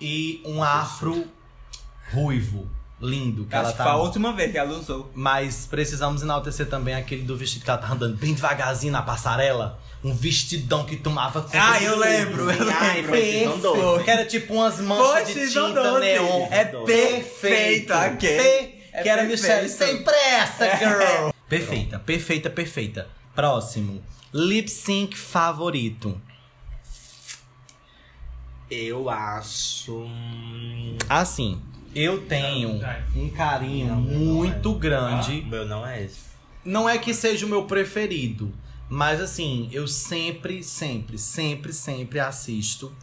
[SPEAKER 3] e um afro ruivo, lindo. Que ela
[SPEAKER 4] Acho que foi a
[SPEAKER 3] tá...
[SPEAKER 4] última vez que ela usou.
[SPEAKER 3] Mas precisamos enaltecer também aquele do vestido que ela tá andando bem devagarzinho na passarela. Um vestidão que tomava...
[SPEAKER 4] Ah, eu lembro, eu
[SPEAKER 2] Ai,
[SPEAKER 4] lembro.
[SPEAKER 2] Francisão Doce.
[SPEAKER 3] Perfeito, Que era tipo umas manchas
[SPEAKER 4] Foi,
[SPEAKER 3] de
[SPEAKER 4] Francisão
[SPEAKER 3] tinta
[SPEAKER 4] Doce.
[SPEAKER 3] neon.
[SPEAKER 4] É perfeito aquele.
[SPEAKER 3] Per-
[SPEAKER 4] É
[SPEAKER 3] que era
[SPEAKER 4] perfeito. É.
[SPEAKER 3] Michelle sem pressa, girl. Perfeita, perfeita, perfeita. Próximo. Lip sync favorito.
[SPEAKER 2] Eu acho. hum,
[SPEAKER 3] Assim, eu tenho um carinho muito
[SPEAKER 2] O
[SPEAKER 3] grande.
[SPEAKER 2] meu não é esse.
[SPEAKER 3] Não é que seja o meu preferido, mas assim, eu sempre, sempre, sempre, sempre assisto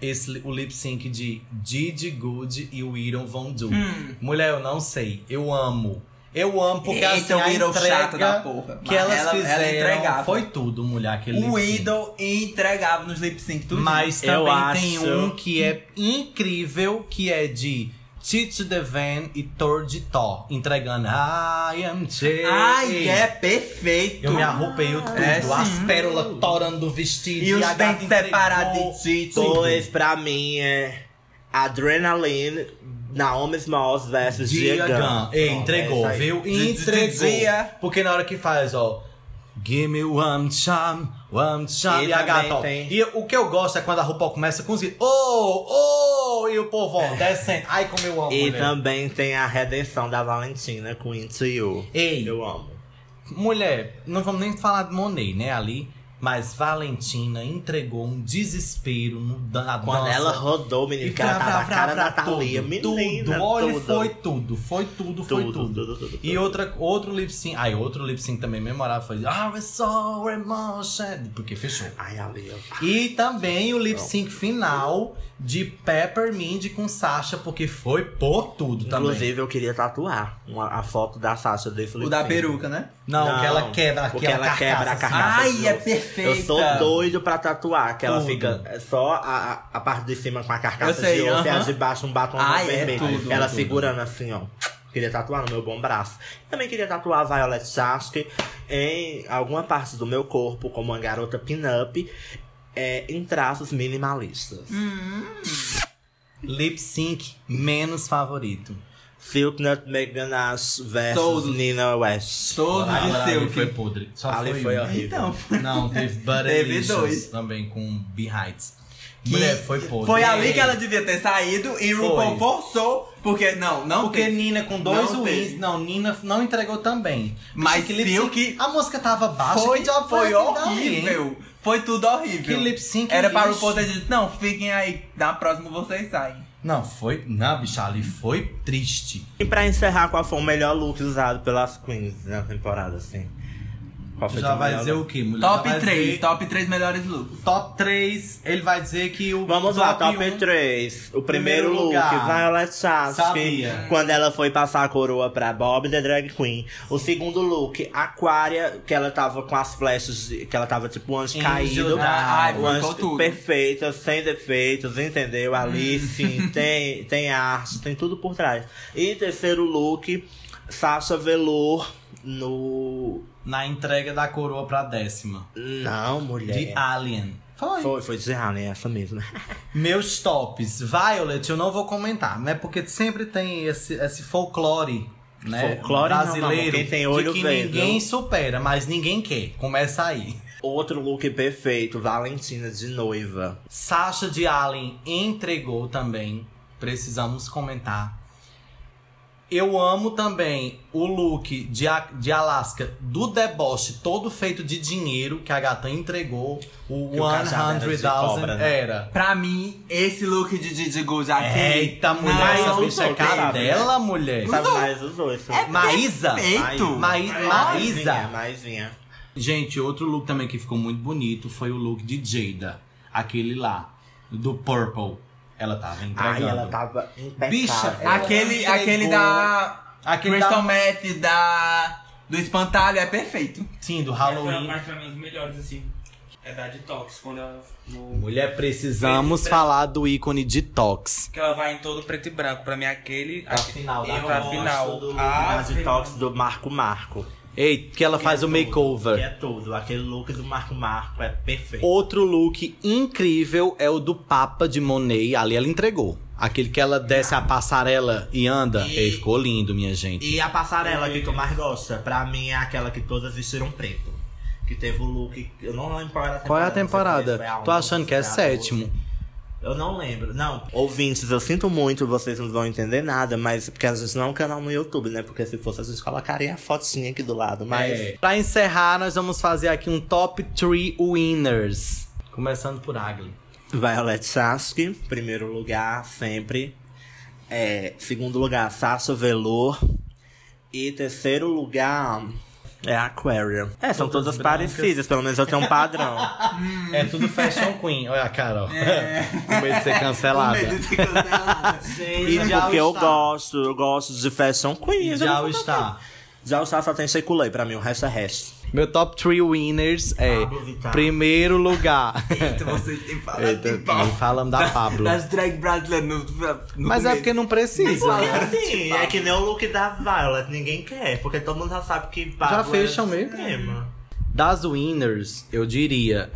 [SPEAKER 3] esse, li- o lip sync de Didi Good e o Iron Von Du.
[SPEAKER 4] Hum.
[SPEAKER 3] Mulher, eu não sei. Eu amo. Eu amo porque assim,
[SPEAKER 4] Eita,
[SPEAKER 3] a
[SPEAKER 4] o Idol
[SPEAKER 3] entrega
[SPEAKER 4] chato da porra.
[SPEAKER 3] que
[SPEAKER 4] Mas
[SPEAKER 3] elas
[SPEAKER 4] ela- ela
[SPEAKER 3] fizeram
[SPEAKER 4] entregava.
[SPEAKER 3] foi tudo, mulher, aquele
[SPEAKER 4] O
[SPEAKER 3] lip sync.
[SPEAKER 4] Idol entregava nos lip sync tudo.
[SPEAKER 3] Mas
[SPEAKER 2] Eu
[SPEAKER 3] também tem
[SPEAKER 2] acho-
[SPEAKER 3] um que é incrível, que é de Tito The Van e Thor de Thó, entregando I am Jay.
[SPEAKER 4] Ai, é perfeito.
[SPEAKER 3] Eu me arrupei o tudo,
[SPEAKER 4] É,
[SPEAKER 3] as
[SPEAKER 4] sim.
[SPEAKER 3] pérolas torando do vestido.
[SPEAKER 4] E os
[SPEAKER 3] a gata
[SPEAKER 4] dentes
[SPEAKER 3] entregou
[SPEAKER 4] separados de Tito.
[SPEAKER 3] tudo.
[SPEAKER 2] Pois pra mim é. Adrenaline, Naomi Smalls versus
[SPEAKER 3] Dia
[SPEAKER 2] Dia
[SPEAKER 3] Gun.
[SPEAKER 2] Gun.
[SPEAKER 3] Ei,
[SPEAKER 2] Pronto,
[SPEAKER 3] entregou,
[SPEAKER 2] é isso aí.
[SPEAKER 3] viu?
[SPEAKER 4] de- de
[SPEAKER 3] Entregou.
[SPEAKER 4] dia.
[SPEAKER 3] Porque na hora que faz, ó. Give me one time, one time.
[SPEAKER 2] E
[SPEAKER 3] E, a
[SPEAKER 2] também
[SPEAKER 3] gata, ó.
[SPEAKER 2] tem-
[SPEAKER 3] E o que eu gosto é quando a RuPaul começa com os. Oh, oh! E o povo, ó, descendo. Ai, como eu amo.
[SPEAKER 2] E
[SPEAKER 3] mulher.
[SPEAKER 2] também tem a redenção da Valentina com Into You.
[SPEAKER 3] Ei.
[SPEAKER 2] Eu amo.
[SPEAKER 3] Mulher, não vamos nem falar de Monet, né? Ali. Mas Valentina entregou um desespero no, da- na
[SPEAKER 2] Quando
[SPEAKER 3] dança.
[SPEAKER 2] ela rodou, menino, que
[SPEAKER 3] pra-
[SPEAKER 2] ela tava a
[SPEAKER 3] pra-
[SPEAKER 2] cara
[SPEAKER 3] pra-
[SPEAKER 2] da
[SPEAKER 3] pra
[SPEAKER 2] Thalia,
[SPEAKER 3] tudo,
[SPEAKER 2] menina,
[SPEAKER 3] Tudo, olha,
[SPEAKER 2] tudo.
[SPEAKER 3] foi tudo, foi tudo, foi
[SPEAKER 2] Tudo,
[SPEAKER 3] tudo.
[SPEAKER 2] tudo, tudo, tudo.
[SPEAKER 3] E outra, outro lip sync, ai, outro lip sync também memorável foi "Ah, I saw emotion, porque fechou.
[SPEAKER 2] Ai, ali, ó.
[SPEAKER 3] E também o lip sync final de Peppermint com Sasha, porque foi por tudo também.
[SPEAKER 2] Inclusive, eu queria tatuar uma- a foto da Sasha desse
[SPEAKER 6] O da
[SPEAKER 2] lip sync.
[SPEAKER 6] peruca, né?
[SPEAKER 3] Não,
[SPEAKER 2] Não,
[SPEAKER 3] que ela quebra
[SPEAKER 2] porque
[SPEAKER 3] aquela
[SPEAKER 2] ela quebra a
[SPEAKER 3] carcaça. assim.
[SPEAKER 6] Ai,
[SPEAKER 2] carcaça.
[SPEAKER 6] é
[SPEAKER 2] eu-
[SPEAKER 6] perfeita.
[SPEAKER 2] Eu sou doido pra tatuar, que ela
[SPEAKER 3] Tudo.
[SPEAKER 2] fica é, só a, a- a parte de cima com a
[SPEAKER 6] Eu
[SPEAKER 2] carcaça
[SPEAKER 6] sei,
[SPEAKER 2] de osso e a
[SPEAKER 6] aham.
[SPEAKER 2] de baixo um batom
[SPEAKER 6] Ai, é
[SPEAKER 2] vermelho.
[SPEAKER 6] tudo,
[SPEAKER 2] ela
[SPEAKER 6] tudo.
[SPEAKER 2] segurando assim, ó. Queria tatuar no meu bom braço. Também queria tatuar a Violet Chasky em alguma parte do meu corpo, como uma garota pin-up, é, em traços minimalistas.
[SPEAKER 3] Lip sync menos favorito.
[SPEAKER 2] Silk Nutmeg Ganache versus
[SPEAKER 6] Todos.
[SPEAKER 2] Nina West.
[SPEAKER 6] Todo
[SPEAKER 3] Ah,
[SPEAKER 6] de
[SPEAKER 3] ali
[SPEAKER 6] seu.
[SPEAKER 3] foi
[SPEAKER 6] que-
[SPEAKER 3] podre. Só
[SPEAKER 2] Ali
[SPEAKER 3] foi,
[SPEAKER 2] foi
[SPEAKER 3] um.
[SPEAKER 2] horrível.
[SPEAKER 6] Então,
[SPEAKER 3] Não, teve
[SPEAKER 6] Teve
[SPEAKER 3] Butterlicious
[SPEAKER 6] dois.
[SPEAKER 3] também com Behind. Mulher, foi podre.
[SPEAKER 6] foi ali que ela devia ter saído e o
[SPEAKER 3] Foi.
[SPEAKER 6] RuPaul forçou, porque não, não
[SPEAKER 3] Porque
[SPEAKER 6] teve.
[SPEAKER 3] Nina com dois
[SPEAKER 6] Não
[SPEAKER 3] wins.
[SPEAKER 6] teve.
[SPEAKER 3] Não, Nina não entregou também.
[SPEAKER 6] Mas
[SPEAKER 3] que lip sync-
[SPEAKER 6] Silk-
[SPEAKER 3] A música tava baixa.
[SPEAKER 6] foi,
[SPEAKER 3] que já
[SPEAKER 6] foi
[SPEAKER 3] Dali,
[SPEAKER 6] horrível. Foi tudo horrível.
[SPEAKER 3] que lip sync
[SPEAKER 6] Era para o
[SPEAKER 3] lixo.
[SPEAKER 6] poder de não, fiquem aí, na próxima vocês saem.
[SPEAKER 3] Não, foi. Não, bicha, ali foi triste.
[SPEAKER 2] E pra encerrar, qual foi o melhor look usado pelas queens na temporada, assim? Qual foi
[SPEAKER 3] Já
[SPEAKER 2] teu
[SPEAKER 3] vai
[SPEAKER 2] melhor
[SPEAKER 3] dizer
[SPEAKER 2] look?
[SPEAKER 3] o quê, mulher? Já
[SPEAKER 6] Top
[SPEAKER 3] vai
[SPEAKER 6] 3,
[SPEAKER 3] dizer-
[SPEAKER 6] top 3 melhores looks.
[SPEAKER 3] Top 3, ele vai dizer que o.
[SPEAKER 2] Vamos lá, top
[SPEAKER 3] um-
[SPEAKER 2] 3. O primeiro,
[SPEAKER 3] Primeiro
[SPEAKER 2] look,
[SPEAKER 3] lugar.
[SPEAKER 2] Violet Chachki,
[SPEAKER 3] Sabia.
[SPEAKER 2] quando ela foi passar a coroa pra Bob the Drag Queen. O segundo look, Aquaria, que ela tava com as flechas, de- que ela tava tipo um anjo
[SPEAKER 3] Anjo
[SPEAKER 2] caído.
[SPEAKER 3] da-
[SPEAKER 6] Ah, Ai,
[SPEAKER 2] um
[SPEAKER 6] ficou
[SPEAKER 2] anjo
[SPEAKER 6] tudo.
[SPEAKER 2] perfeita, sem defeitos, entendeu? Ali
[SPEAKER 3] Hum.
[SPEAKER 2] sim, tem, tem arte, tem tudo por trás. E terceiro look, Sasha Velour no...
[SPEAKER 3] Na entrega da coroa pra décima.
[SPEAKER 2] Não,
[SPEAKER 6] É.
[SPEAKER 2] mulher.
[SPEAKER 3] De Alien. Foi.
[SPEAKER 2] Foi, foi de Alien, essa né? mesma.
[SPEAKER 3] Meus tops. Violet, eu não vou comentar, né? Porque sempre tem esse, esse folclore. Né?
[SPEAKER 2] Folclore não,
[SPEAKER 3] brasileiro
[SPEAKER 2] mamãe. Quem tem olho
[SPEAKER 3] de que
[SPEAKER 2] vê,
[SPEAKER 3] ninguém
[SPEAKER 2] viu?
[SPEAKER 3] supera, mas ninguém quer. Começa aí.
[SPEAKER 2] Outro look perfeito, Valentina de noiva.
[SPEAKER 3] Sasha de Allen entregou também. Precisamos comentar. Eu amo também o look de, A- de Alaska do deboche, todo feito de dinheiro que a gata entregou. O
[SPEAKER 2] E o cajado era de
[SPEAKER 3] 100,000
[SPEAKER 2] cobra,
[SPEAKER 3] era.
[SPEAKER 2] né?
[SPEAKER 6] Pra mim, esse look de Didi Gu já
[SPEAKER 3] Eita, mulher,
[SPEAKER 6] Não,
[SPEAKER 3] essa
[SPEAKER 6] não
[SPEAKER 3] bicha é
[SPEAKER 2] sou, quem sabe,
[SPEAKER 3] cadela, mulher.
[SPEAKER 2] Sabe mais os dois? né?
[SPEAKER 6] É
[SPEAKER 3] Maísa.
[SPEAKER 6] perfeito.
[SPEAKER 3] Maí-
[SPEAKER 2] Maisinha,
[SPEAKER 3] Maísa.
[SPEAKER 2] Maisinha.
[SPEAKER 3] Gente, outro look também que ficou muito bonito foi o look de Jada. Aquele lá, do Purple. Ela tá tava
[SPEAKER 2] Ai,
[SPEAKER 3] entregando.
[SPEAKER 2] ela tava
[SPEAKER 3] é
[SPEAKER 2] impecável.
[SPEAKER 3] Bicha,
[SPEAKER 2] ela...
[SPEAKER 6] Aquele,
[SPEAKER 3] Ela
[SPEAKER 6] aquele
[SPEAKER 3] entregou.
[SPEAKER 6] da
[SPEAKER 3] Aquele
[SPEAKER 6] Crystal
[SPEAKER 3] da-
[SPEAKER 6] Meth, da... do Espantalho, é perfeito.
[SPEAKER 3] Sim, do
[SPEAKER 5] Mas,
[SPEAKER 3] Halloween.
[SPEAKER 5] mas é pra mim, os melhores, assim, é da Detox, quando ela... No,
[SPEAKER 3] Mulher, precisamos
[SPEAKER 5] Preto e branco.
[SPEAKER 3] falar do ícone de Tox.
[SPEAKER 5] que ela vai em todo preto e branco. Pra mim, aquele...
[SPEAKER 3] Pra final da
[SPEAKER 5] eu
[SPEAKER 3] Copa.
[SPEAKER 5] pra final.
[SPEAKER 2] Do,
[SPEAKER 5] Ah,
[SPEAKER 2] é ah,
[SPEAKER 5] final.
[SPEAKER 2] detox do Marco Marco.
[SPEAKER 3] Ei, que ela faz o
[SPEAKER 2] tudo,
[SPEAKER 3] makeover.
[SPEAKER 2] Que é tudo. Aquele look do Marco Marco é perfeito.
[SPEAKER 3] Outro look incrível é o do Papa de Monet. Ali ela entregou. Aquele que ela desce a passarela e anda.
[SPEAKER 2] E-
[SPEAKER 3] Ei, ficou lindo, minha gente.
[SPEAKER 2] E a passarela que tu mais gosta, pra mim, é aquela que todas vestiram preto. Que teve o look. Eu não lembro qual era a temporada.
[SPEAKER 3] Qual é a
[SPEAKER 2] não sei se
[SPEAKER 3] temporada?
[SPEAKER 2] foi a
[SPEAKER 3] Tô
[SPEAKER 2] 11,
[SPEAKER 3] achando que é
[SPEAKER 2] se foi a 12.
[SPEAKER 3] sétimo.
[SPEAKER 2] Eu não lembro. Não, ouvintes, eu sinto muito, vocês não vão entender nada, mas porque a gente não é um canal no YouTube, né? Porque se fosse, a gente colocaria a fotinha aqui do lado. Mas
[SPEAKER 3] É. Pra encerrar, nós vamos fazer aqui um top 3 winners. Começando por Agli.
[SPEAKER 2] Violet Sasuke, primeiro lugar, sempre. É, segundo lugar, Sasha Velour. E terceiro lugar é Aquarium. É, são
[SPEAKER 3] Todas
[SPEAKER 2] todas
[SPEAKER 3] brancas.
[SPEAKER 2] parecidas, pelo menos eu tenho um padrão.
[SPEAKER 3] É tudo fashion queen. Olha a Carol. Com É. medo de ser cancelada.
[SPEAKER 2] e
[SPEAKER 3] já
[SPEAKER 2] porque eu
[SPEAKER 3] está.
[SPEAKER 2] gosto, eu gosto de fashiwn queen.
[SPEAKER 3] Já o está.
[SPEAKER 2] Já o só tem seculei pra mim, o resto é resto.
[SPEAKER 3] Meu top 3 winners é
[SPEAKER 2] Pablo Vittar.
[SPEAKER 3] primeiro lugar.
[SPEAKER 6] Eita, vocês têm falado
[SPEAKER 3] Eita,
[SPEAKER 6] de pau.
[SPEAKER 3] nem falando da Pablo.
[SPEAKER 6] Das drag brasileiras no, no
[SPEAKER 3] Mas é
[SPEAKER 6] começo.
[SPEAKER 3] porque não precisa. né?
[SPEAKER 2] Porque assim, é que nem o look da Violet, ninguém quer, porque todo mundo já sabe que é
[SPEAKER 3] Já fecham mesmo.
[SPEAKER 2] Suprema.
[SPEAKER 3] Das winners, eu diria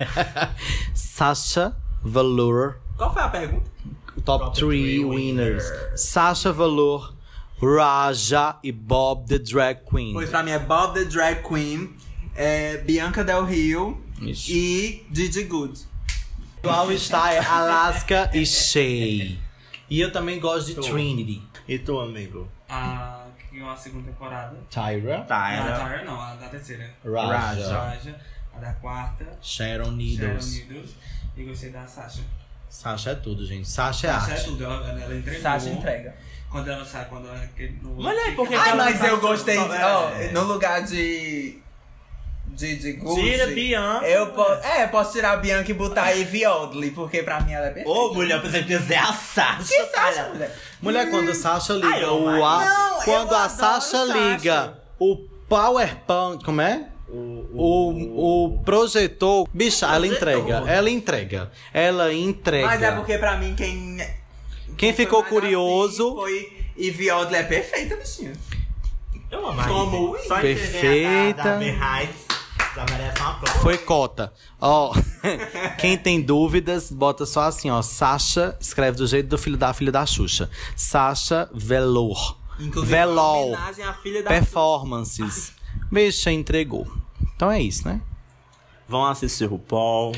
[SPEAKER 3] Sasha Valor,
[SPEAKER 6] Qual foi a pergunta?
[SPEAKER 3] top 3 winners. Sasha Valor, Raja e Bob the Drag Queen.
[SPEAKER 6] Pois pra mim é Bob the Drag Queen, é Bianca Del Rio
[SPEAKER 3] Ixi.
[SPEAKER 6] e Didi Good.
[SPEAKER 3] Qual está é Alaska e Shay. E eu também gosto de Trinity.
[SPEAKER 2] E tu, amigo?
[SPEAKER 5] A que ganhou a segunda temporada.
[SPEAKER 2] Tá, Ah,
[SPEAKER 3] Tyra,
[SPEAKER 5] A
[SPEAKER 2] Tyra.
[SPEAKER 5] Tyra não, a da terceira.
[SPEAKER 3] Raja.
[SPEAKER 5] Raja. A da quarta,
[SPEAKER 3] Sharon
[SPEAKER 5] Sharon
[SPEAKER 3] Needles.
[SPEAKER 5] Needles. E gostei da Sasha.
[SPEAKER 3] Sasha é tudo, gente. Sasha é
[SPEAKER 5] Sasha é
[SPEAKER 3] arte.
[SPEAKER 5] tudo, ela, ela entregou.
[SPEAKER 4] Sasha entrega.
[SPEAKER 5] Quando ela sai, quando ela. No...
[SPEAKER 4] Olha aí, porque tá
[SPEAKER 5] ela
[SPEAKER 4] Ai, mas
[SPEAKER 5] faz
[SPEAKER 4] eu
[SPEAKER 5] tudo,
[SPEAKER 4] gostei. de-
[SPEAKER 5] né?
[SPEAKER 4] ó, é, no lugar de. De, de Gucci.
[SPEAKER 2] Tira Bianca.
[SPEAKER 4] Eu po é, posso tirar a Bianca e botar a Evie Oddly, porque pra mim ela é perfeita.
[SPEAKER 2] Ô, mulher, pra você dizer a Sasha.
[SPEAKER 4] Que Sasha, mulher?
[SPEAKER 3] Mulher, quando a Sasha liga
[SPEAKER 2] Ai, eu
[SPEAKER 3] o
[SPEAKER 2] amo.
[SPEAKER 3] a-
[SPEAKER 4] Não, eu
[SPEAKER 3] Quando a
[SPEAKER 4] adoro
[SPEAKER 3] Sasha
[SPEAKER 4] Sasha.
[SPEAKER 3] liga o PowerPoint. Como é? O, o projetor, bicha, ela entrega, ela entrega, ela entrega.
[SPEAKER 4] Mas é porque pra mim quem.
[SPEAKER 3] Quem ficou
[SPEAKER 4] foi mais
[SPEAKER 3] curioso,
[SPEAKER 4] assim Foi Evie Oddly, é perfeita, bichinha.
[SPEAKER 2] Eu amo a
[SPEAKER 4] Como
[SPEAKER 2] Ivy. Só
[SPEAKER 3] Perfeita.
[SPEAKER 2] entender a da- da Behind, já merece uma aplauso.
[SPEAKER 3] foi cota. Ó, quem tem dúvidas, bota só assim, ó. Sasha, escreve do jeito do filho da filha da Xuxa. Sasha Velour.
[SPEAKER 2] Inclusive, uma
[SPEAKER 3] Velol.
[SPEAKER 2] homenagem à filha da
[SPEAKER 3] Performances. Bicha, entregou. Então é isso, né?
[SPEAKER 2] Vão assistir o Paul.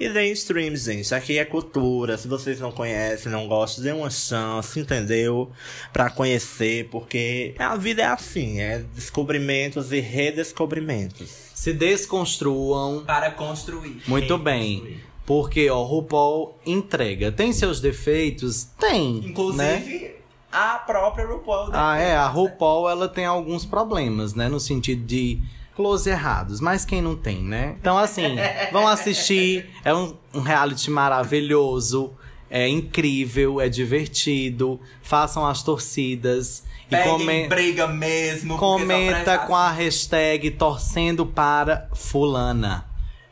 [SPEAKER 2] E deem stream, gente. Aqui é cultura. Se vocês não conhecem, não gostam, dê uma chance, entendeu? Pra conhecer, porque a vida é assim, é descobrimentos e redescobrimentos.
[SPEAKER 3] Se desconstruam.
[SPEAKER 4] Para construir.
[SPEAKER 3] Muito bem. Porque, ó, RuPaul entrega. Tem seus defeitos? Tem. né?
[SPEAKER 4] Inclusive, a própria RuPaul. né?
[SPEAKER 3] Ah, é. A
[SPEAKER 4] RuPaul.
[SPEAKER 3] RuPaul, ela tem alguns problemas, né? No sentido de close errados. Mas quem não tem, né? Então, assim, vão assistir. É um, um reality maravilhoso. É incrível, é divertido. Façam as torcidas.
[SPEAKER 4] Peguem
[SPEAKER 3] e comentem.
[SPEAKER 4] briga mesmo. porque só
[SPEAKER 3] Comenta
[SPEAKER 4] presta
[SPEAKER 3] com a hashtag torcendo para fulana.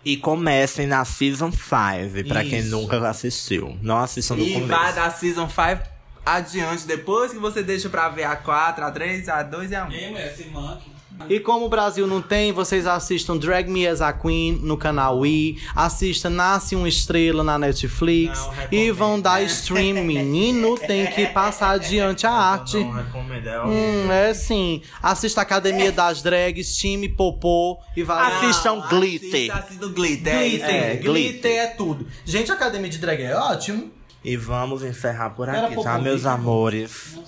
[SPEAKER 2] E comecem na Season 5, pra quem
[SPEAKER 3] Isso.
[SPEAKER 2] nunca assistiu. Não assistam no
[SPEAKER 4] E
[SPEAKER 2] começo.
[SPEAKER 4] vai da Season 5 adiante, depois que você deixa pra ver a 4, a 3, a 2 e a 1.
[SPEAKER 5] E aí, mulher, esse monkey.
[SPEAKER 3] E como o Brasil não tem, vocês assistam Drag Me As a Queen no canal I, assista Nasce Uma Estrela na Netflix
[SPEAKER 2] Não, recomendo.
[SPEAKER 3] e vão dar stream. Menino tem que passar adiante a arte.
[SPEAKER 2] Não recomendo, é horrível.
[SPEAKER 3] Hum, é sim. Assista Academia das Drags, Time Popô e vai.
[SPEAKER 2] Assistam
[SPEAKER 4] Não,
[SPEAKER 2] Glitter.
[SPEAKER 4] Ah, Assista, assista o Glitter. é isso
[SPEAKER 3] Glitter,
[SPEAKER 2] é,
[SPEAKER 4] aí.
[SPEAKER 3] glitter
[SPEAKER 2] glitter.
[SPEAKER 3] é tudo. Gente, Academia de Drag é ótimo.
[SPEAKER 2] E vamos encerrar por
[SPEAKER 3] Era
[SPEAKER 2] aqui, tá,
[SPEAKER 3] pouco
[SPEAKER 2] meus
[SPEAKER 3] vídeo.
[SPEAKER 2] amores?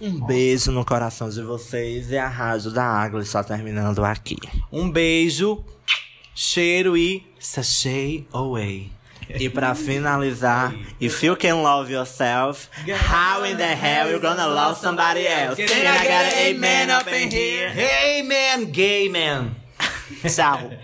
[SPEAKER 2] Um beijo no coração de vocês e a Rádio da Água está terminando aqui.
[SPEAKER 3] Um beijo, cheiro e sashay away.
[SPEAKER 2] E pra finalizar, if you can love yourself, how in the hell you gonna love somebody else? Can I get an amen up in here?
[SPEAKER 3] Hey man, gay man.
[SPEAKER 2] Tchau.